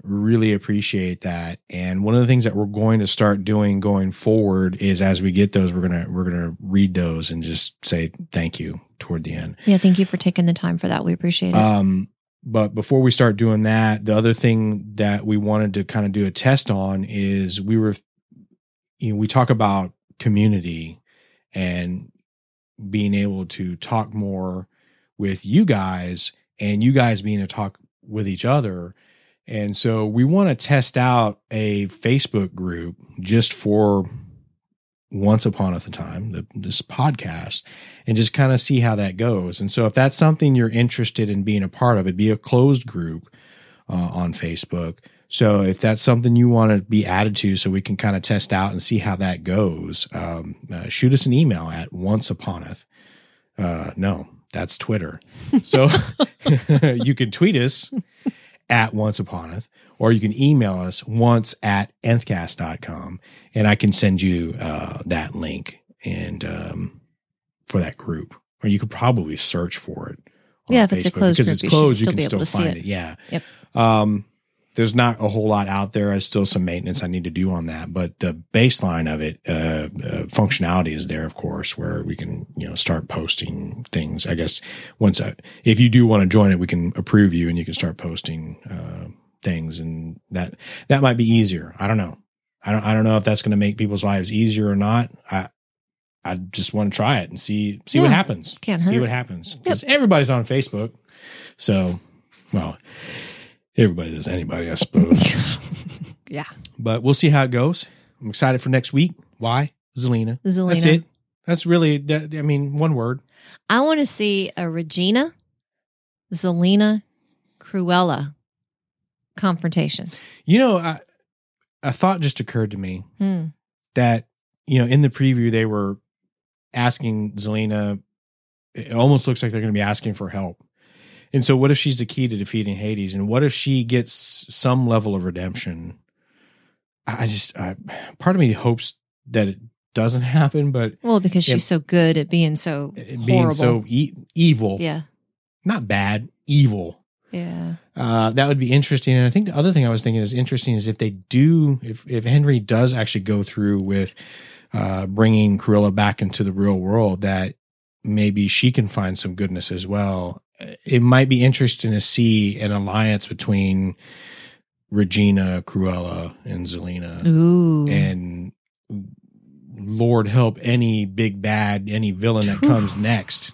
Speaker 2: really appreciate that. And one of the things that we're going to start doing going forward is as we get those, we're gonna we're gonna read those and just say thank you toward the end.
Speaker 1: yeah, thank you for taking the time for that. We appreciate it.
Speaker 2: Um, but before we start doing that, the other thing that we wanted to kind of do a test on is we were, you know, we talk about community and being able to talk more with you guys and you guys being able to talk with each other. And so we want to test out a Facebook group just for once upon a time, the, this podcast and just kind of see how that goes. And so if that's something you're interested in being a part of, it'd be a closed group uh, on Facebook. So if that's something you want to be added to, so we can kind of test out and see how that goes, um, uh, shoot us an email at onceuponeth. Uh, no, that's Twitter. So you can tweet us at onceuponeth, or you can email us once at nthcast.com, and I can send you uh, that link. And um, for that group, or you could probably search for it.
Speaker 1: Yeah, if it's a closed
Speaker 2: because
Speaker 1: group,
Speaker 2: it's
Speaker 1: you should
Speaker 2: closed, you,
Speaker 1: still
Speaker 2: can
Speaker 1: be able
Speaker 2: still
Speaker 1: to see it.
Speaker 2: find it. Yeah.
Speaker 1: Yep.
Speaker 2: Um, there's not a whole lot out there. There's still some maintenance I need to do on that, but the baseline of it, uh, uh, functionality is there, of course, where we can you know start posting things. I guess once I, if you do want to join it, we can approve you and you can start posting uh, things, and that that might be easier. I don't know. I don't I don't know if that's going to make people's lives easier or not. I I just want to try it and see see what
Speaker 1: Yeah.
Speaker 2: happens.
Speaker 1: Can't
Speaker 2: see
Speaker 1: hurt.
Speaker 2: what happens because everybody's on Facebook, so well. Everybody does anybody, I suppose.
Speaker 1: Yeah.
Speaker 2: But we'll see how it goes. I'm excited for next week. Why? Zelina.
Speaker 1: Zelina.
Speaker 2: That's it. That's really, that, I mean, one word.
Speaker 1: I want to see a Regina, Zelina, Cruella confrontation.
Speaker 2: You know, I, a thought just occurred to me
Speaker 1: Hmm.
Speaker 2: that, you know, in the preview, they were asking Zelina, it almost looks like they're going to be asking for help. And so, what if she's the key to defeating Hades? And what if she gets some level of redemption? I I just, I, part of me hopes that it doesn't happen, but
Speaker 1: Well, because
Speaker 2: Yeah.
Speaker 1: she's so good at being so
Speaker 2: it being
Speaker 1: horrible.
Speaker 2: so e- evil,
Speaker 1: yeah.
Speaker 2: not bad, evil.
Speaker 1: Yeah.
Speaker 2: Uh, that would be interesting. And I think the other thing I was thinking is interesting is if they do, if, if Henry does actually go through with uh, bringing Cruella back into the real world, that maybe she can find some goodness as well. It might be interesting to see an alliance between Regina, Cruella, and Zelina
Speaker 1: Ooh.
Speaker 2: and Lord help any big bad, any villain that
Speaker 1: Phew.
Speaker 2: comes next.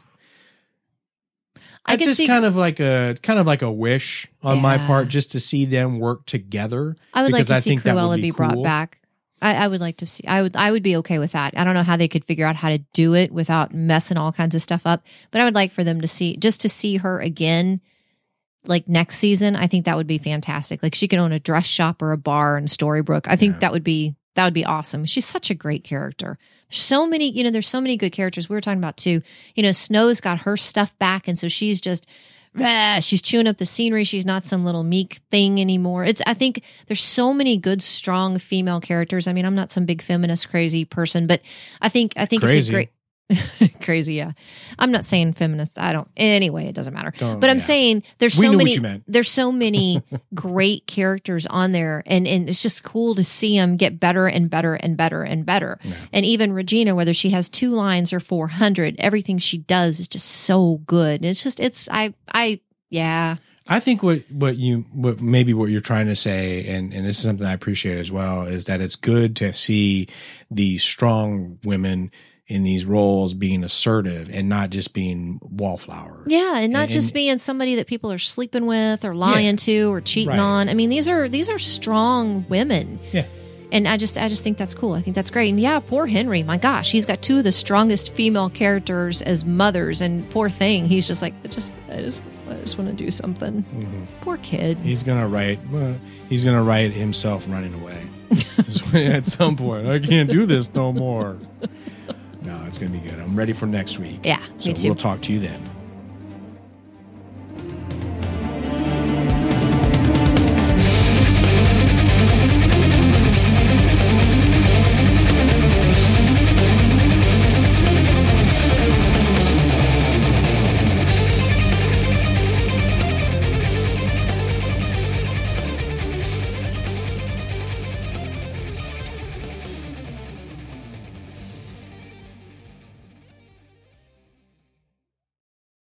Speaker 1: I
Speaker 2: It's
Speaker 1: can
Speaker 2: just
Speaker 1: see.
Speaker 2: kind of like a kind of like a wish on my
Speaker 1: Yeah.
Speaker 2: part, just to see them work together.
Speaker 1: I would like
Speaker 2: because
Speaker 1: to
Speaker 2: I
Speaker 1: see
Speaker 2: think that would
Speaker 1: Cruella
Speaker 2: be
Speaker 1: be, brought
Speaker 2: cool.
Speaker 1: back. I, I would like to see. I would. I would be okay with that. I don't know how they could figure out how to do it without messing all kinds of stuff up. But I would like for them to see just to see her again, like next season. I think that would be fantastic. Like she could own a dress shop or a bar in Storybrooke. I think
Speaker 2: Yeah.
Speaker 1: that would be that would be awesome. She's such a great character. So many, you know, there's so many good characters. We were talking about too. You know, Snow's got her stuff back, and so she's just. rah, She's chewing up the scenery. She's not some little meek thing anymore. It's I think there's so many good strong female characters i mean i'm not some big feminist crazy person but i think i think it's
Speaker 2: Crazy.
Speaker 1: a great crazy yeah i'm not saying feminist i don't anyway it doesn't matter
Speaker 2: Don't-
Speaker 1: but i'm
Speaker 2: Oh, yeah.
Speaker 1: saying there's
Speaker 2: we
Speaker 1: so
Speaker 2: knew
Speaker 1: many
Speaker 2: what you meant.
Speaker 1: there's so many great characters on there and and it's just cool to see them get better and better and better and better
Speaker 2: Yeah.
Speaker 1: and even regina whether she has two lines or 400 everything she does is just so good it's just it's i i yeah
Speaker 2: I think what what you what maybe what you're trying to say, and and this is something I appreciate as well, is that it's good to see the strong women in these roles being assertive and not just being wallflowers.
Speaker 1: Yeah, and not
Speaker 2: And-
Speaker 1: just
Speaker 2: and-
Speaker 1: being somebody that people are sleeping with or lying
Speaker 2: Yeah.
Speaker 1: to or cheating
Speaker 2: Right.
Speaker 1: on. I mean, these are these are strong women.
Speaker 2: Yeah.
Speaker 1: And I just I just think that's cool. I think that's great. And yeah, poor Henry. My gosh, he's got two of the strongest female characters as mothers and poor thing, he's just like I just I just I just want to do something.
Speaker 2: Mhm.
Speaker 1: Poor kid.
Speaker 2: He's gonna write. Well, he's gonna write himself running away at some point. I can't do this no more. No, it's gonna be good. I'm ready for next week.
Speaker 1: Yeah,
Speaker 2: so
Speaker 1: me too.
Speaker 2: we'll talk to you then.